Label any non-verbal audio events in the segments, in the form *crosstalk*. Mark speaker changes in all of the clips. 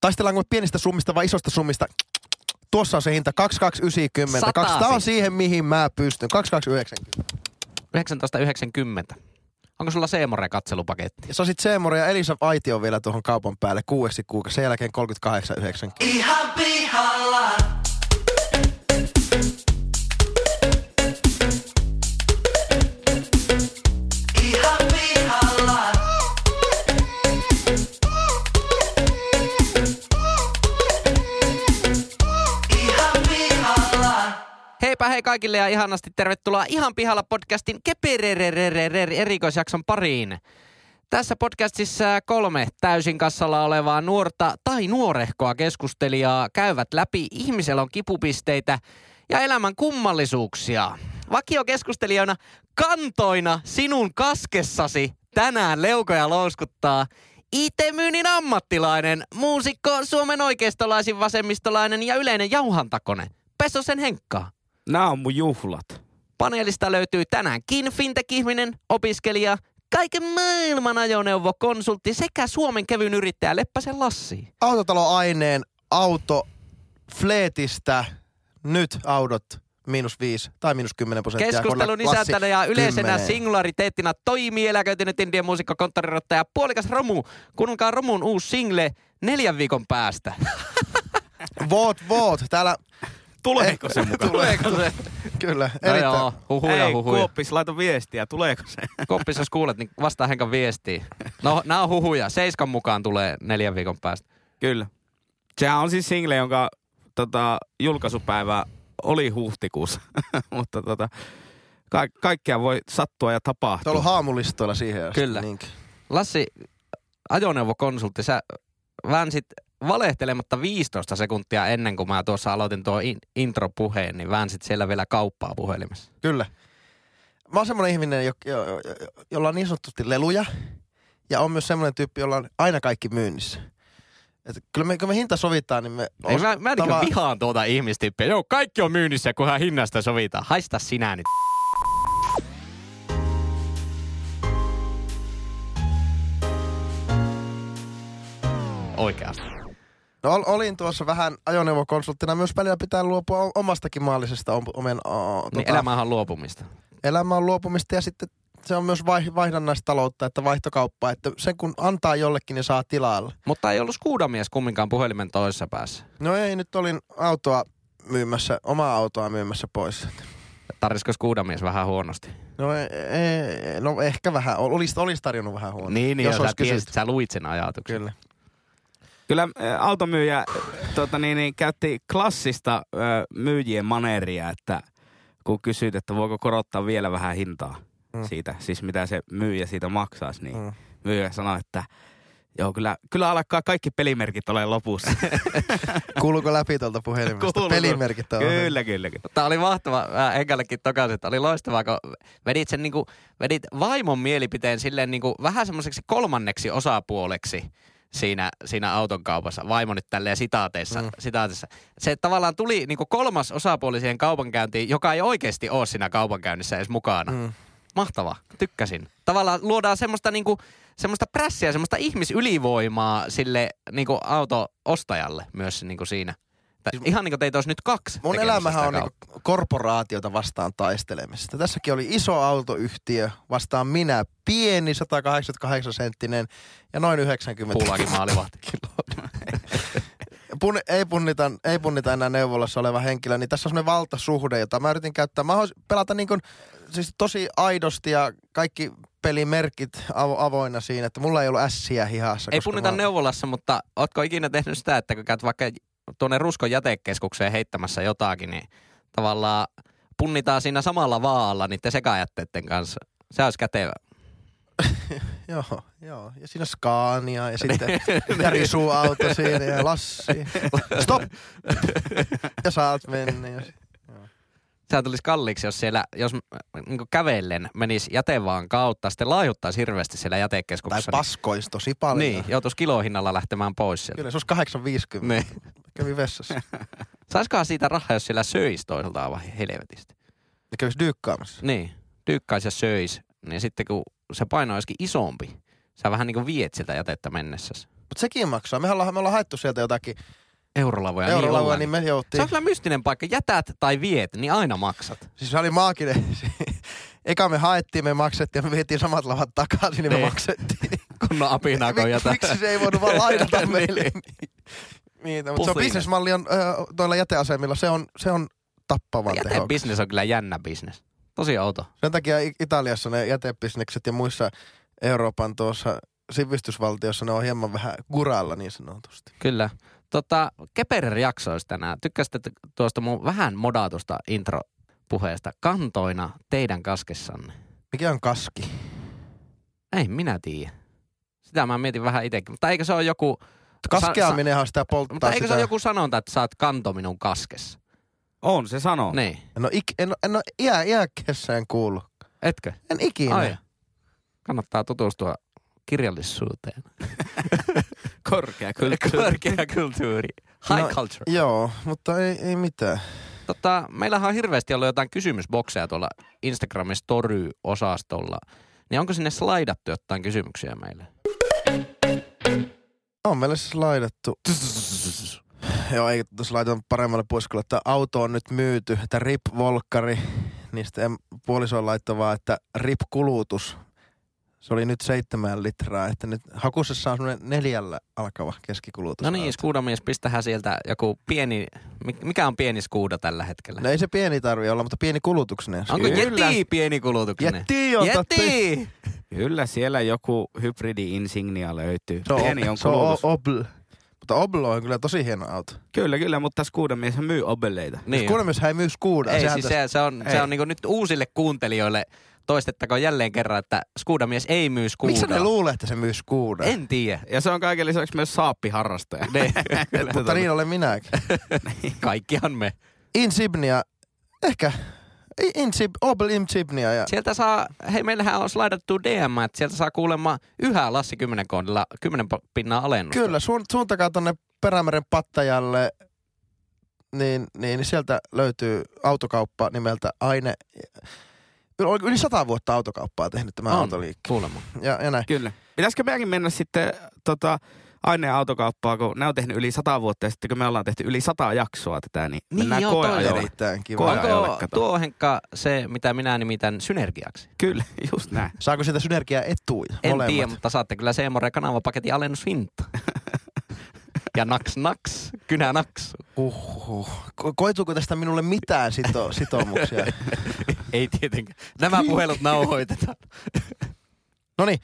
Speaker 1: Taistellaanko me pienistä summista vai isosta summista? Tuossa on se hinta 2290.
Speaker 2: Sataasi.
Speaker 1: 200 on siihen, mihin mä pystyn. 2290.
Speaker 2: 1990. Onko sulla Seemore katselupaketti?
Speaker 1: Ja sä sit Seemori ja Elisa Aitio vielä tuohon kaupan päälle kuueksi kuukausi. Sen jälkeen 38,90.
Speaker 3: Ihan pihalla. Ihan pihalla. Ihan pihalla.
Speaker 2: Heipä hei kaikille ja ihanasti tervetuloa Ihan pihalla podcastin kepererererer erikoisjakson pariin. Tässä podcastissa kolme täysin kassalla olevaa nuorta tai nuorehkoa keskustelijaa käyvät läpi ihmiselon kipupisteitä ja elämän kummallisuuksia. Vakio keskustelijoina kantoina sinun kaskessasi tänään leukoja louskuttaa IT-myynnin ammattilainen, muusikko, Suomen oikeistolaisin, vasemmistolainen ja yleinen jauhantakone. Pesosen Henkka.
Speaker 4: Nämä on mun juhlat.
Speaker 2: Paneelista löytyy tänäänkin fintech-ihminen, opiskelija, kaiken maailman ajoneuvo, konsultti sekä Suomen kevyn yrittäjä Leppäsen Lassi.
Speaker 1: Autotaloaineen auto fleetistä nyt audot miinus 5 tai miinus 10 prosenttia.
Speaker 2: Keskustelun
Speaker 1: Korla- klassi
Speaker 2: isäntänä ja yleisenä
Speaker 1: 10.
Speaker 2: singulariteettina toimii eläköitynyt indian muusikko, konttorirottaja, puolikas Romu. Kuunnelkaa Romun uusi single neljän viikon päästä.
Speaker 1: Voot, voot.
Speaker 2: *laughs*
Speaker 1: Täällä
Speaker 4: Tuleeko se mukaan?
Speaker 2: Tuleeko se?
Speaker 1: kyllä.
Speaker 2: No
Speaker 1: erittäin-
Speaker 2: joo, huhuja,
Speaker 4: Ei,
Speaker 2: huhuja.
Speaker 4: Kuoppis, laita viestiä. Tuleeko se?
Speaker 2: Koppis, jos kuulet, niin vastaa Henkan viestiin. No, nämä on huhuja. Seiskan mukaan tulee neljän viikon päästä.
Speaker 4: Kyllä. Sehän on siis single, jonka tota, julkaisupäivä oli huhtikuussa. *laughs* Mutta tota, ka- kaikkea voi sattua ja
Speaker 1: Se on ollut
Speaker 4: tapahtua.
Speaker 1: haamulistoilla siihen asti.
Speaker 2: Kyllä.
Speaker 1: Niinkin.
Speaker 2: Lassi, ajoneuvokonsultti, sä väänsit valehtelematta 15 sekuntia ennen kuin mä tuossa aloitin tuo in- intropuheen, niin väänsit siellä vielä kauppaa puhelimessa.
Speaker 1: Kyllä. Mä oon semmoinen ihminen, jo, jo, jo, jolla on niin sanotusti leluja. Ja on myös semmoinen tyyppi, jolla on aina kaikki myynnissä. Et kyllä me, kun me hinta sovitaan, niin me...
Speaker 2: Ei, mä, mä en
Speaker 1: Tava-
Speaker 2: niin vihaan tuota ihmistyyppiä. Joo, kaikki on myynnissä, kunhan hinnasta sovitaan. Haista sinä nyt. Oikeasti.
Speaker 1: No, ol- olin tuossa vähän ajoneuvokonsulttina. Myös välillä pitää luopua o- omastakin maallisesta om- omen... O- tota,
Speaker 2: Niin elämähän on luopumista.
Speaker 1: elämä on luopumista ja sitten se on myös vai- vaihdannaistaloutta, että vaihtokauppaa. Että sen kun antaa jollekin, niin saa tilalle.
Speaker 2: Mutta ei ollut skuudamies kumminkaan puhelimen toisessa päässä.
Speaker 1: No ei, nyt olin autoa myymässä, omaa autoa myymässä pois.
Speaker 2: Tarvisiko skuudamies vähän huonosti?
Speaker 1: No, ei, ei, no ehkä vähän. Olisi, olisi tarjonnut vähän huonoa.
Speaker 2: Niin, niin jos, jos sä,
Speaker 1: olisi
Speaker 2: tiesit,
Speaker 1: kysytty.
Speaker 2: sä luit sen ajatuksen.
Speaker 1: Kyllä.
Speaker 4: Kyllä äh, automyyjä äh, tota, niin, niin, käytti klassista äh, myyjien maneeria, että kun kysyit, että voiko korottaa vielä vähän hintaa
Speaker 1: Mm.
Speaker 4: siitä, siis mitä se myyjä siitä maksaisi, niin
Speaker 1: Mm.
Speaker 4: myyjä sanoi, että joo, kyllä, kyllä alkaa kaikki pelimerkit ole
Speaker 1: *laughs*
Speaker 4: lopussa.
Speaker 1: Kuuluuko läpi tuolta puhelimesta?
Speaker 4: Kuuluu.
Speaker 1: Pelimerkit on.
Speaker 4: kyllä, kyllä, kyllä.
Speaker 2: Tämä oli mahtava, äh, Enkallekin tokasin, että oli loistavaa, kun vedit, sen, niin kuin, vedit vaimon mielipiteen silleen niin kuin, vähän semmoiseksi kolmanneksi osapuoleksi siinä, siinä auton kaupassa. Vaimo nyt tälleen sitaateissa.
Speaker 1: Mm.
Speaker 2: Mm. sitaateissa. Se tavallaan tuli niin kuin kolmas osapuoli siihen kaupankäyntiin, joka ei oikeasti ole siinä kaupankäynnissä edes mukana. Mm.
Speaker 1: Mm.
Speaker 2: Mahtava, tykkäsin. Tavallaan luodaan semmoista, niin kuin, semmoista prässiä, semmoista ihmisylivoimaa sille niin kuin auto-ostajalle myös niin kuin siinä. Tä- Ihan niin kuin teitä olisi nyt kaksi
Speaker 1: Siis Mun
Speaker 2: tekemässä
Speaker 1: elämähän
Speaker 2: sitä
Speaker 1: on
Speaker 2: kauppaa.
Speaker 1: niinku korporaatiota vastaan taistelemista. Tässäkin oli iso autoyhtiö vastaan minä, pieni 188 senttinen ja noin 90
Speaker 2: Puulaakin
Speaker 1: *laughs*
Speaker 2: maalivahti.
Speaker 1: pun, ei, punnita, ei punnita enää neuvolassa oleva henkilö, niin tässä on semmoinen valtasuhde, jota mä yritin käyttää. Mä haluaisin pelata niin kuin, siis tosi aidosti ja kaikki pelimerkit avo, avoinna siinä, että mulla ei ollut ässiä hihassa.
Speaker 2: Ei
Speaker 1: koska
Speaker 2: punnita
Speaker 1: mä-
Speaker 2: neuvolassa, mutta ootko ikinä tehnyt sitä, että kun käyt vaikka tuonne Ruskon jätekeskukseen heittämässä jotakin, niin tavallaan punnitaan siinä samalla vaalla niiden sekajätteiden kanssa. Se olisi kätevä.
Speaker 1: Joo, joo. Ja siinä Scania ja
Speaker 2: *laughs*
Speaker 1: sitten
Speaker 2: Niin.
Speaker 1: *laughs* ja risuauto siinä ja Lassi.
Speaker 2: *laughs*
Speaker 1: Stop! ja saat mennä. Ja...
Speaker 2: Sehän tulisi kalliiksi, jos siellä, jos niin kävellen menisi jätevaan kautta, sitten laajuttaisi hirveästi siellä
Speaker 1: Tai
Speaker 2: jätekeskuksessa.
Speaker 1: paskois tosi paljon.
Speaker 2: niin, joutuisi kilohinnalla lähtemään pois sieltä.
Speaker 1: Kyllä, se olisi 850.
Speaker 2: Niin.
Speaker 1: Kävi
Speaker 2: *laughs*
Speaker 1: vessassa.
Speaker 2: Saisikohan siitä rahaa, jos siellä söisi toiselta aivan helvetisti?
Speaker 1: Ja kävisi dyykkaamassa.
Speaker 2: Niin, dyykkäis ja söis. Niin sitten kun se paino olisikin isompi, sä vähän niin kuin viet sitä jätettä mennessä.
Speaker 1: Mutta sekin maksaa. Me ollaan, me ollaan haettu sieltä jotakin
Speaker 2: Eurolavoja.
Speaker 1: eurolauja,
Speaker 2: Eurolavoja
Speaker 1: niin
Speaker 2: niin
Speaker 1: me
Speaker 2: Se on
Speaker 1: jouttiin.
Speaker 2: kyllä mystinen paikka. Jätät tai viet, niin aina maksat.
Speaker 1: Siis se oli maaginen. *laughs* Eka me haettiin, me maksettiin ja me vietiin samat lavat takaisin, niin me
Speaker 2: Niin.
Speaker 1: maksettiin.
Speaker 2: *laughs* Kunnon apinaa, kun
Speaker 1: Mik,
Speaker 2: jätät.
Speaker 1: miksi se ei voinut vaan lainata meille?
Speaker 2: *laughs* Niin.
Speaker 1: Niitä, mutta se on
Speaker 2: Pusiin.
Speaker 1: bisnesmalli on ö, tuolla jäteasemilla, se on, se on tappavan teho.
Speaker 2: Jätebisnes on kyllä jännä bisnes. Tosi outo.
Speaker 1: Sen takia I- Italiassa ne jätebisnekset ja muissa Euroopan tuossa sivistysvaltiossa ne on hieman vähän kuralla niin sanotusti.
Speaker 2: Kyllä. Tota, Keperer jakso olisi tänään. Tykkäsitte t- tuosta mun vähän modatusta intropuheesta. Kantoina teidän kaskessanne.
Speaker 1: Mikä on kaski?
Speaker 2: Ei minä tiedä. Sitä mä mietin vähän itsekin. Mutta eikö se ole joku...
Speaker 1: Kaskeaminenhan on sitä
Speaker 2: sa-
Speaker 1: polttaa
Speaker 2: mutta eikö
Speaker 1: sitä.
Speaker 2: se ole joku sanonta, että sä oot kanto minun kaskessa?
Speaker 4: On, se sanoo.
Speaker 2: Oh. Niin.
Speaker 1: En ole, ik, en, ole- en ole iä, iäkessään kuullut.
Speaker 2: Etkö?
Speaker 1: En ikinä.
Speaker 2: Ai. Kannattaa tutustua kirjallisuuteen.
Speaker 4: Korkea kyllä.
Speaker 2: *laughs* Korkea kulttuuri. High
Speaker 1: No,
Speaker 2: culture.
Speaker 1: Joo, mutta ei, ei mitään.
Speaker 2: Tota, meillähän on hirveästi ollut jotain kysymysbokseja tuolla Instagramin story-osastolla. Niin onko sinne slaidattu jotain kysymyksiä meille?
Speaker 1: On meille siis laitettu. *laughs* Joo, ei tuossa laitetaan paremmalle puiskolle, että auto on nyt myyty, että rip volkkari, niin sitten puoliso on laittavaa, että rip kulutus. Se oli nyt seitsemän litraa, että nyt hakusessa on semmoinen neljällä alkava keskikulutus.
Speaker 2: No niin, skuudamies, pistähän sieltä joku pieni, mik- mikä on pieni skuuda tällä hetkellä?
Speaker 1: No ei se pieni tarvi olla, mutta pieni kulutuksinen.
Speaker 2: Onko
Speaker 4: Kyllä.
Speaker 2: jeti pieni Niin. kulutuksinen?
Speaker 1: Jätti on totta.
Speaker 2: Jeti!
Speaker 4: Kyllä siellä joku hybridi-insignia löytyy.
Speaker 1: Se on,
Speaker 4: Pieni on
Speaker 1: se on
Speaker 4: kulutus.
Speaker 1: Obl. Mutta Obl on kyllä tosi hieno auto.
Speaker 4: Kyllä, kyllä, mutta Skoda mies myy obeleita.
Speaker 1: Niin.
Speaker 2: Niin.
Speaker 1: Kuule myös, hän ei myy skuudaa.
Speaker 2: Ei,
Speaker 1: Sehän
Speaker 2: siis
Speaker 1: tässä-
Speaker 2: se, se on, se
Speaker 4: ei.
Speaker 2: on niinku nyt uusille kuuntelijoille toistettakoon jälleen kerran, että skuudamies ei myy skuudaa.
Speaker 1: Miksi ne luulee, että se myy skuudaa?
Speaker 2: En tiedä.
Speaker 4: Ja se on kaiken lisäksi myös saappiharrastaja. tota,
Speaker 2: Ne, *laughs*
Speaker 1: Mutta niin olen minäkin.
Speaker 2: kaikkihan me.
Speaker 1: Insignia, ehkä I- Insib, Opel Insignia ja
Speaker 2: Sieltä saa, hei meillähän on slaidattu DM, että sieltä saa kuulemma yhä Lassi 10 kohdilla 10 po- pinnaa alennusta.
Speaker 1: kyllä, suun, suuntakaa tonne Perämeren pattajalle, niin, niin, niin sieltä löytyy autokauppa nimeltä Aine. Yl- Yli sata vuotta autokauppaa tehnyt tämä
Speaker 2: On.
Speaker 1: autoliikki.
Speaker 2: Kuulemma.
Speaker 1: Ja, ja näin.
Speaker 4: Kyllä. Pitäisikö meidänkin mennä sitten tota, aineen autokauppaan, kun ne on tehnyt yli sata vuotta ja sitten kun me ollaan tehty yli sata jaksoa tätä, niin,
Speaker 2: Niin
Speaker 4: mennään
Speaker 2: joo,
Speaker 4: koeajolle.
Speaker 2: toinen.
Speaker 1: Erittäin kiva.
Speaker 4: Koe-
Speaker 1: Onko-
Speaker 4: ei ole,
Speaker 2: Onko
Speaker 4: kato.
Speaker 2: tuo Henkka se, mitä minä nimitän synergiaksi?
Speaker 4: Kyllä, *laughs* just näin.
Speaker 1: Saako siitä synergiaa etuja?
Speaker 2: En
Speaker 1: Molemmat.
Speaker 2: tiedä, mutta saatte kyllä Seemore
Speaker 1: *laughs*
Speaker 2: kanavapaketin alennushinta. ja naks naks, kynä naksu.
Speaker 1: Uhuh. Ko- Koituuko tästä minulle mitään sito-
Speaker 2: *laughs*
Speaker 1: sitoumuksia?
Speaker 2: Ei tietenkään. Nämä puhelut nauhoitetaan.
Speaker 1: No niin.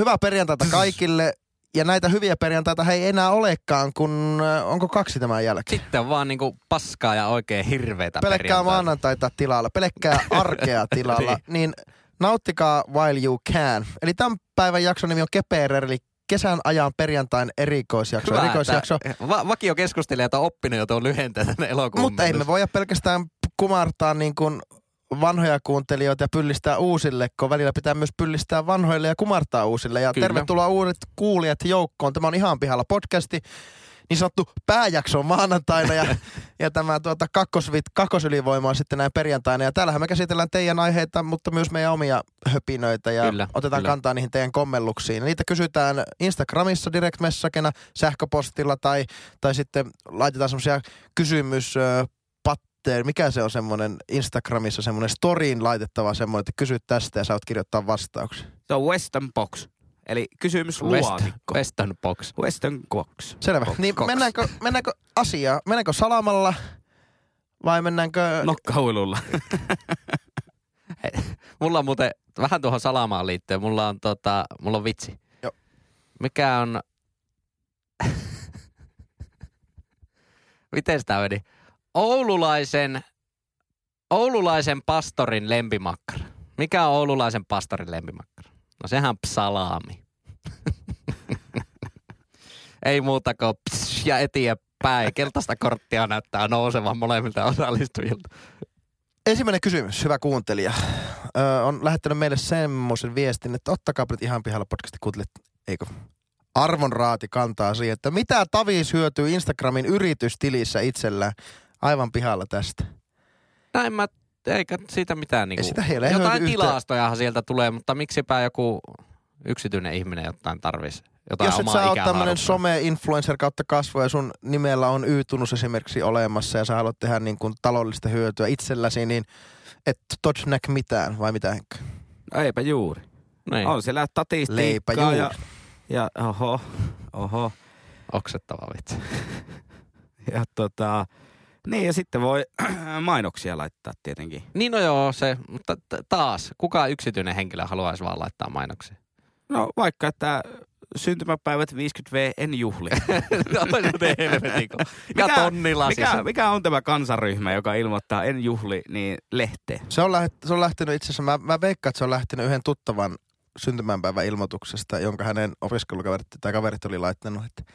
Speaker 1: Hyvää perjantaita kaikille. Ja näitä hyviä perjantaita hei ei enää olekaan, kun äh, onko kaksi tämän jälkeen?
Speaker 2: *laughs* Sitten on vaan niinku paskaa ja oikein hirveetä
Speaker 1: Pelkkää
Speaker 2: perjantaita.
Speaker 1: maanantaita tilalla,
Speaker 2: *laughs*
Speaker 1: pelkkää arkea tilalla, niin nauttikaa while you can. Eli tämän päivän jakson nimi on Keperer, eli kesän ajan perjantain erikoisjakso.
Speaker 2: Hyvä,
Speaker 1: erikoisjakso.
Speaker 2: että Va- vakiokeskustelijat on oppinut jo tuon lyhenteen tänne elokuun
Speaker 1: Mutta ei
Speaker 2: mennessä.
Speaker 1: me voida pelkästään kumartaa niin kuin vanhoja kuuntelijoita ja pyllistää uusille, kun välillä pitää myös pyllistää vanhoille ja kumartaa uusille. Ja
Speaker 2: Kyllä.
Speaker 1: Kyllä. tervetuloa uudet kuulijat joukkoon. Tämä on ihan pihalla podcasti. Niin sanottu pääjakso on maanantaina ja, ja tämä tuota kakkosvit, kakkosylivoima on sitten näin perjantaina. Ja täällähän me käsitellään teidän aiheita, mutta myös meidän omia höpinöitä ja
Speaker 2: Kyllä,
Speaker 1: otetaan
Speaker 2: kyllä.
Speaker 1: kantaa niihin teidän kommelluksiin. Niitä kysytään Instagramissa direct messagena, sähköpostilla tai, tai sitten laitetaan semmoisia kysymys ö, patteja. mikä se on semmoinen Instagramissa semmoinen storiin laitettava semmoinen, että kysy tästä ja sä oot kirjoittaa vastauksia.
Speaker 4: Se on Western Box, eli kysymys
Speaker 2: West,
Speaker 4: luotikko.
Speaker 2: Western Box.
Speaker 4: Western Box.
Speaker 1: Selvä.
Speaker 4: Koks,
Speaker 1: niin
Speaker 4: koks.
Speaker 1: mennäänkö, mennäänkö asiaan? Mennäänkö salamalla vai mennäänkö...
Speaker 4: Nokkahuilulla.
Speaker 2: Mulla on muuten, vähän tuohon salamaan liittyen, mulla on, tota, mulla on vitsi.
Speaker 1: Joo.
Speaker 2: Mikä on... *laughs* Miten sitä meni? Oululaisen, oululaisen pastorin lempimakkara. Mikä on oululaisen pastorin lempimakkara? No sehän on psalaami. *laughs* Ei muuta kuin pss ja eteenpäin. Keltaista korttia näyttää nousevan molemmilta osallistujilta.
Speaker 1: Ensimmäinen kysymys, hyvä kuuntelija. Ö, on lähettänyt meille semmoisen viestin, että ottakaa nyt ihan pihalla podcasti kuuntelet, eikö? Arvonraati kantaa siihen, että mitä Tavis hyötyy Instagramin yritystilissä itsellään aivan pihalla tästä.
Speaker 2: Näin mä, eikä siitä mitään
Speaker 1: Ei
Speaker 2: niinku...
Speaker 1: sitä heillä ei
Speaker 2: Jotain
Speaker 1: hyödy yhtään.
Speaker 2: tilastojahan sieltä tulee, mutta miksipä joku yksityinen ihminen jotain tarvisi jotain
Speaker 1: jos et
Speaker 2: omaa
Speaker 1: sä oot
Speaker 2: ikähaarukkaa.
Speaker 1: tämmönen some-influencer kautta kasvo ja sun nimellä on Y-tunnus esimerkiksi olemassa ja sä haluat tehdä niin kuin taloudellista hyötyä itselläsi, niin et todennäk mitään vai mitä Henkka?
Speaker 4: Eipä juuri.
Speaker 2: Niin,
Speaker 4: On siellä
Speaker 1: Leipä
Speaker 4: statistiikkaa
Speaker 1: juuri.
Speaker 4: ja, ja oho, oho.
Speaker 2: oksettava vitsi.
Speaker 4: Ja tota, niin ja sitten voi *clears throat* mainoksia laittaa tietenkin.
Speaker 2: Niin no joo, se, mutta t- taas, kuka yksityinen henkilö haluaisi vaan laittaa mainoksia? *laughs*
Speaker 4: No vaikka, että syntymäpäivät 50V en juhli.
Speaker 2: Oi, no te helvetin, kun- ja
Speaker 4: Mikä-
Speaker 2: tonnilasissa.
Speaker 4: Mikä, mikä on tämä kansaryhmä, joka ilmoittaa en juhli, niin lehteen?
Speaker 1: Se on, läht, se on lähtenyt itse asiassa, mä, mä veikkaan, että se on lähtenyt yhden tuttavan syntymäänpäivän ilmoituksesta, jonka hänen opiskelukaverit tai kaverit oli laittanut, että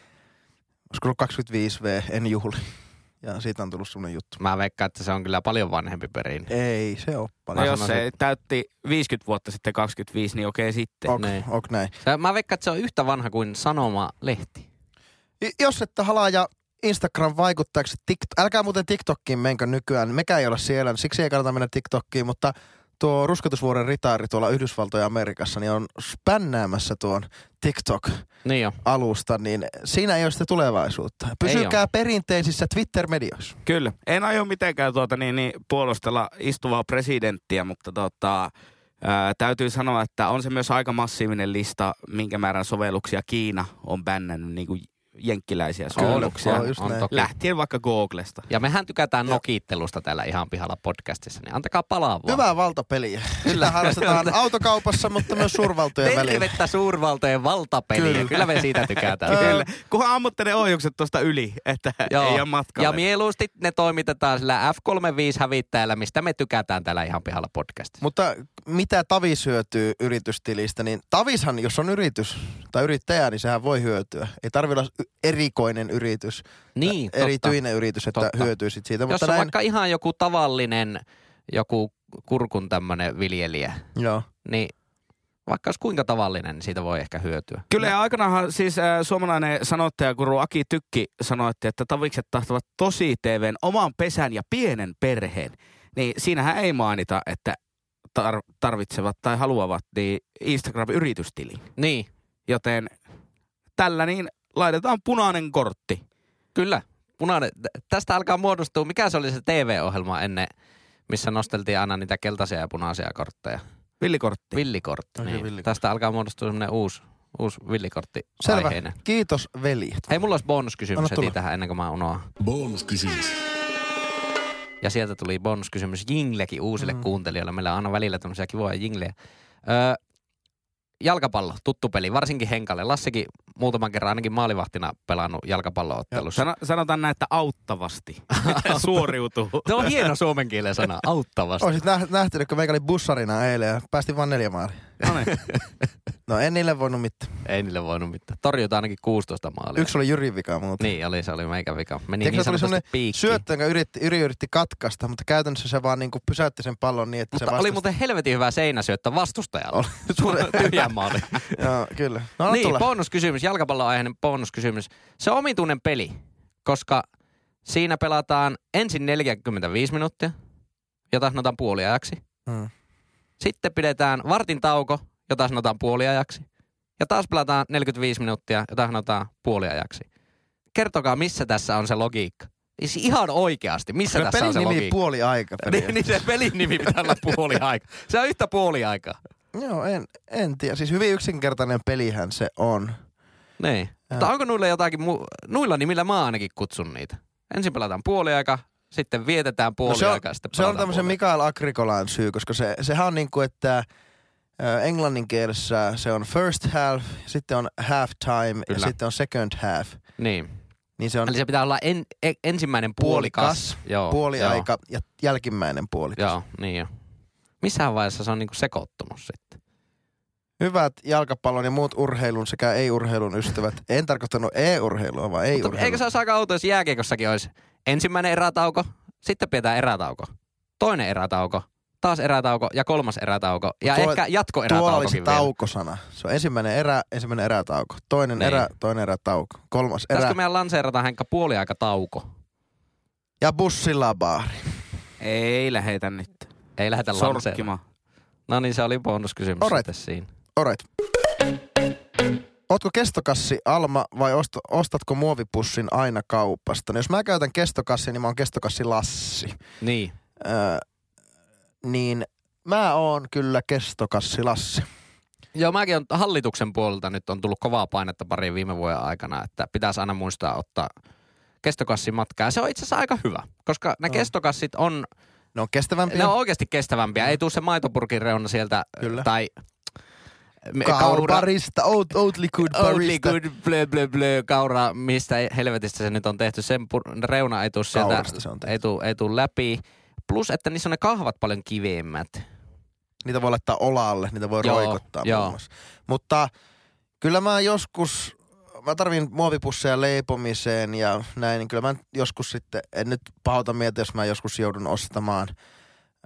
Speaker 1: olisiko ollut 25V, en juhli. Ja siitä on tullut semmoinen juttu.
Speaker 2: Mä veikkaan, että se on kyllä paljon vanhempi perin.
Speaker 1: Ei se ole
Speaker 4: No
Speaker 1: paljon.
Speaker 4: jos
Speaker 2: sanoisin-
Speaker 4: se täytti 50 vuotta sitten 25, niin okei sitten.
Speaker 1: Ok,
Speaker 2: niin.
Speaker 1: ok näin.
Speaker 2: Se, mä veikkaan, että se on yhtä vanha kuin Sanoma-lehti.
Speaker 1: I- Jos ette halaa ja Instagram vaikuttajaksi, TikTok, älkää muuten TikTokkiin menkö nykyään, mekään ei olla siellä, niin siksi ei kannata mennä TikTokkiin, mutta tuo rusketusvuoren ritaari tuolla Yhdysvaltoja Amerikassa, niin on spännäämässä tuon TikTok
Speaker 2: Niin jo.
Speaker 1: alusta, niin siinä ei ole sitä tulevaisuutta. Pysykää perinteisissä Twitter-medioissa.
Speaker 4: Kyllä. En aio mitenkään tuota, niin, niin, puolustella istuvaa presidenttiä, mutta tota, ää, täytyy sanoa, että on se myös aika massiivinen lista, minkä määrän sovelluksia Kiina on bännännyt niin kuin jenkkiläisiä
Speaker 1: Kyllä,
Speaker 4: sovelluksia.
Speaker 1: joo, just näin.
Speaker 2: toki.
Speaker 4: Lähtien vaikka Googlesta.
Speaker 2: Ja mehän tykätään
Speaker 1: Joo.
Speaker 2: nokittelusta täällä ihan pihalla podcastissa, niin antakaa palaa vaan.
Speaker 1: Hyvää valtapeliä. Sitä harrastetaan
Speaker 2: *laughs*
Speaker 1: autokaupassa, mutta myös suurvaltojen välillä.
Speaker 2: Tervettä suurvaltojen valtapeliä. Kyllä.
Speaker 1: Kyllä.
Speaker 2: Kyllä me siitä tykätään.
Speaker 4: Kyllä. Kunhan ammutte ne ohjukset tuosta yli, että ei ole matkalle.
Speaker 2: Ja mieluusti ne toimitetaan sillä F35-hävittäjällä, mistä me tykätään täällä ihan pihalla podcastissa.
Speaker 1: Mutta mitä Tavis hyötyy yritystilistä, niin Tavishan, jos on yritys tai yrittäjä, niin sehän voi hyötyä. Ei tarvitse olla y- erikoinen yritys,
Speaker 2: Niin, totta.
Speaker 1: erityinen yritys, että
Speaker 2: Totta.
Speaker 1: hyötyisit siitä.
Speaker 2: Jos
Speaker 1: Mutta
Speaker 2: on
Speaker 1: näin,
Speaker 2: vaikka ihan joku tavallinen, joku kurkun tämmönen viljelijä,
Speaker 1: joo.
Speaker 2: niin vaikka olisi kuinka tavallinen, niin siitä voi ehkä hyötyä.
Speaker 4: Kyllä ja aikanaanhan siis äh, suomalainen sanottajaguru Aki Tykki sanoi, että tavikset tahtavat tosi TVn oman pesän ja pienen perheen. Niin siinähän ei mainita, että tar- tarvitsevat tai haluavat niin Instagram-yritystilin.
Speaker 2: Niin,
Speaker 4: Joten tällä niin laitetaan punainen kortti.
Speaker 2: kyllä. Punainen. t- Tästä alkaa muodostua, mikä se oli se TV-ohjelma ennen, missä nosteltiin aina niitä keltaisia ja punaisia kortteja.
Speaker 4: Villikortti.
Speaker 2: Villikortti.
Speaker 1: Oikein
Speaker 2: Niin.
Speaker 1: villikortti.
Speaker 2: Tästä alkaa muodostua semmoinen uusi, uusi villikortti
Speaker 1: Selvä.
Speaker 2: aiheinen.
Speaker 1: Kiitos veljet.
Speaker 2: Hei, mulla olisi
Speaker 1: Anna
Speaker 2: bonuskysymys heti
Speaker 1: tulla.
Speaker 2: tähän ennen kuin mä unohan.
Speaker 5: Bonuskysymys.
Speaker 2: Ja sieltä tuli bonuskysymys jinglekin uusille mm.
Speaker 1: Mm.
Speaker 2: kuuntelijoille. Meillä on aina välillä tämmöisiä kivoja jinglejä. Öö, jalkapallo, tuttu peli, varsinkin Henkalle. Lassikin muutaman kerran ainakin maalivahtina pelannut jalkapalloottelussa.
Speaker 4: Sano, sanotaan näin, että *laughs* auttavasti *laughs* suoriutuu.
Speaker 2: No, Se on hieno suomen
Speaker 1: *laughs*
Speaker 2: kielen sana, auttavasti.
Speaker 1: Olisit näh- nähtänyt, kun meikä oli bussarina eilen ja päästiin vaan neljä maalia.
Speaker 4: No niin.
Speaker 1: No en niille voinut mitään.
Speaker 2: Ei niille voinut mitään. Torjutaan ainakin 16 maalia.
Speaker 1: Yksi oli Jyrin vika muuten.
Speaker 2: Niin oli, se oli meikä vika. Meni
Speaker 1: Tiedätkö,
Speaker 2: niin
Speaker 1: se oli
Speaker 2: sanotusti
Speaker 1: semmonen
Speaker 2: piikkiin.
Speaker 1: Syöttö, jonka yritti, Yri yritti katkaista, mutta käytännössä se vaan niinku pysäytti sen pallon niin, että
Speaker 2: Mutta
Speaker 1: se
Speaker 2: oli
Speaker 1: vastasi.
Speaker 2: muuten helvetin hyvä seinäsyöttö vastustajalle.
Speaker 1: Oli.
Speaker 2: *laughs*
Speaker 1: Suure-
Speaker 2: Tyhjä maali.
Speaker 1: Joo, kyllä. No,
Speaker 2: niin,
Speaker 1: niin, tulla.
Speaker 2: bonuskysymys, jalkapalloaiheinen bonuskysymys. Se on omituinen peli, koska siinä pelataan ensin 45 minuuttia, jota sanotaan puoliajaksi.
Speaker 1: Mm.
Speaker 2: Sitten pidetään vartin tauko, jota sanotaan puoliajaksi. Ja taas pelataan 45 minuuttia, jota sanotaan puoliajaksi. Kertokaa, missä tässä on se logiikka. Siis ihan oikeasti, missä
Speaker 1: Kyllä
Speaker 2: tässä
Speaker 1: pelin
Speaker 2: on se
Speaker 1: nimi
Speaker 2: logiikka.
Speaker 1: puoli aika.
Speaker 2: *laughs* niin, niin se pelin nimi pitää olla puoliaika. Se on yhtä puoliaikaa.
Speaker 1: Joo, en, en tiedä. Siis hyvin yksinkertainen pelihän se on.
Speaker 2: Niin. Mutta onko nuilla jotakin, mu- nuilla nimillä mä ainakin kutsun niitä. Ensin pelataan puoliaika, sitten vietetään
Speaker 1: se on,
Speaker 2: puoliaika, no sitten
Speaker 1: se on
Speaker 2: pelataan
Speaker 1: tämmöisen
Speaker 2: puoliaika.
Speaker 1: Mikael Agrikolan syy, koska se, sehän on niin kuin, että ö, englannin kielessä se on first half, sitten on half time ja
Speaker 2: Kyllä.
Speaker 1: sitten on second half.
Speaker 2: Niin.
Speaker 1: Niin se on
Speaker 2: Eli se pitää olla en, e, ensimmäinen puolikas.
Speaker 1: Puolikas,
Speaker 2: Joo,
Speaker 1: puoli aika ja jälkimmäinen puoli.
Speaker 2: Joo, joo niin jo. Missään vaiheessa se on niinku sekoittunut sitten.
Speaker 1: Hyvät jalkapallon ja muut urheilun sekä ei-urheilun ystävät. En tarkoittanut e-urheilua, vaan
Speaker 2: Mutta
Speaker 1: ei-urheilua.
Speaker 2: Eikö se olisi aika outo, jos jääkiekossakin olisi ensimmäinen erätauko, sitten pidetään erätauko, toinen erätauko, taas erätauko ja kolmas erätauko ja
Speaker 1: Tuolla-
Speaker 2: ehkä
Speaker 1: Tuolla oli
Speaker 2: jatkoerätaukokin
Speaker 1: se
Speaker 2: vielä.
Speaker 1: taukosana. Se on ensimmäinen erä, ensimmäinen erätauko. Toinen
Speaker 2: Niin.
Speaker 1: erä, toinen erätauko. Kolmas erä
Speaker 2: Pitäisikö meidän lanseerata Henkka puoliaikatauko?
Speaker 1: ja bussilabaari.
Speaker 4: ei lähetä nyt.
Speaker 2: Ei lähetä lanseerata.
Speaker 4: Sorkkima.
Speaker 2: No niin, se oli bonuskysymys
Speaker 1: Alright.
Speaker 2: sitten siinä.
Speaker 1: Oret. Ootko kestokassi Alma vai osto, ostatko muovipussin aina kaupasta? No jos mä käytän kestokassia, niin mä oon kestokassi Lassi.
Speaker 2: Niin.
Speaker 1: Öö, niin mä oon kyllä kestokassi Lassi.
Speaker 2: Joo, mäkin on hallituksen puolelta nyt on tullut kovaa painetta pari viime vuoden aikana, että pitäisi aina muistaa ottaa kestokassin matkaa. Ja se on itse asiassa aika hyvä, koska ne
Speaker 1: Joo.
Speaker 2: kestokassit on,
Speaker 1: Ne on kestävämpiä.
Speaker 2: ne on oikeasti kestävämpiä. Ei tule se maitopurkin reuna sieltä
Speaker 1: niin. Kyllä.
Speaker 2: tai me- kaura,
Speaker 1: Kaurista, oat, oatly good
Speaker 2: Only
Speaker 1: barista.
Speaker 2: good, blö, blö, blö, kaura, mistä helvetistä se nyt on tehty. Sen pur- reuna ei tule sieltä,
Speaker 1: Kaurasta se on tehty.
Speaker 2: ei tuu, ei tuu läpi. Plus, että niissä on ne kahvat paljon kivemmät.
Speaker 1: Niitä voi laittaa olaalle, niitä voi
Speaker 2: Joo,
Speaker 1: roikottaa
Speaker 2: joo.
Speaker 1: muun muassa. Mutta kyllä mä joskus, mä tarvin muovipusseja leipomiseen ja näin, niin kyllä mä joskus sitten, en nyt pahota mieltä, jos mä joskus joudun ostamaan,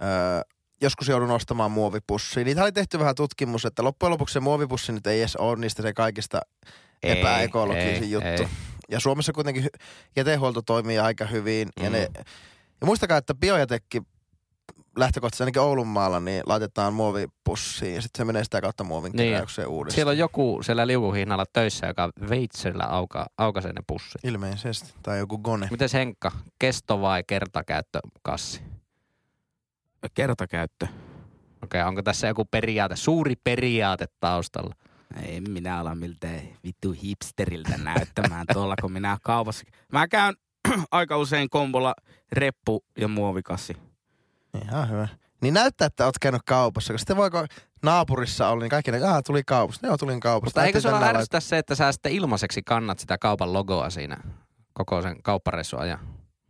Speaker 1: öö, joskus joudun ostamaan muovipussia. Niitä oli tehty vähän tutkimus, että loppujen lopuksi se muovipussi nyt ei edes ole niistä se kaikista
Speaker 2: Ei,
Speaker 1: epäekologisin
Speaker 2: ei,
Speaker 1: juttu.
Speaker 2: ei.
Speaker 1: Ja Suomessa kuitenkin hy- jätehuolto toimii aika hyvin. Mm. Ja,
Speaker 2: Mm.
Speaker 1: ne, ja muistakaa, että biojätekin lähtökohtaisesti ainakin Oulun maalla, niin laitetaan muovipussiin ja sitten se menee sitä kautta muovin
Speaker 2: Niin.
Speaker 1: keräykseen uudestaan.
Speaker 2: Siellä on joku siellä liukuhihnalla töissä, joka veitsellä auka, aukaisee ne pussit.
Speaker 1: Ilmeisesti. Tai joku gone.
Speaker 2: Mites Henkka, kesto vai kertakäyttökassi?
Speaker 4: Kertakäyttö.
Speaker 2: Okei, okay, onko tässä joku periaate, suuri periaate taustalla?
Speaker 4: Ei minä ala miltä vittu hipsteriltä näyttämään tuolla, kun minä kaupassa. Mä käyn *clears throat* aika usein kombolla reppu ja muovikassi.
Speaker 1: Ihan hyvä. Niin näyttää, että oot käynyt kaupassa, koska sitten voiko naapurissa olla, niin kaikki ne, aah, tuli kaupassa, joo, tulin kaupasta.
Speaker 2: Mutta eikö sulla
Speaker 1: Ajattelin, että
Speaker 2: ärsytä se, että sä sitten ilmaiseksi kannat sitä kaupan logoa siinä koko sen kauppareissun ajan?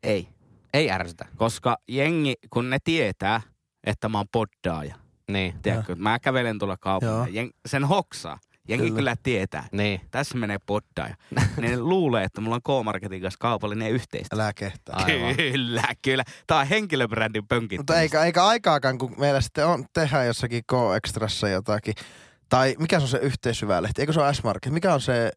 Speaker 4: Ei.
Speaker 2: Ei ärsytä.
Speaker 4: Koska jengi, kun ne tietää, että mä oon poddaaja.
Speaker 2: Niin,
Speaker 4: Tiedätkö, mä kävelen tuolla kaupalla.
Speaker 1: Joo.
Speaker 4: Jeng, sen hoksaa. Jengi
Speaker 1: Kyllä.
Speaker 4: kyllä, kyllä tietää.
Speaker 2: niin.
Speaker 4: Tässä menee *laughs* poddaaja. ne luulee, että mulla on K-Marketin kanssa kaupallinen yhteistyö.
Speaker 1: Älä kehtää.
Speaker 2: Aivan.
Speaker 4: Kyllä, kyllä. Tää on henkilöbrändin pönkittämistä.
Speaker 1: Mutta eikä, eikä aikaakaan, kun meillä sitten on tehdä jossakin K-Extrassa jotakin. Tai mikä se on se yhteisyvälehti? Eikö se ole S-Market? Mikä on se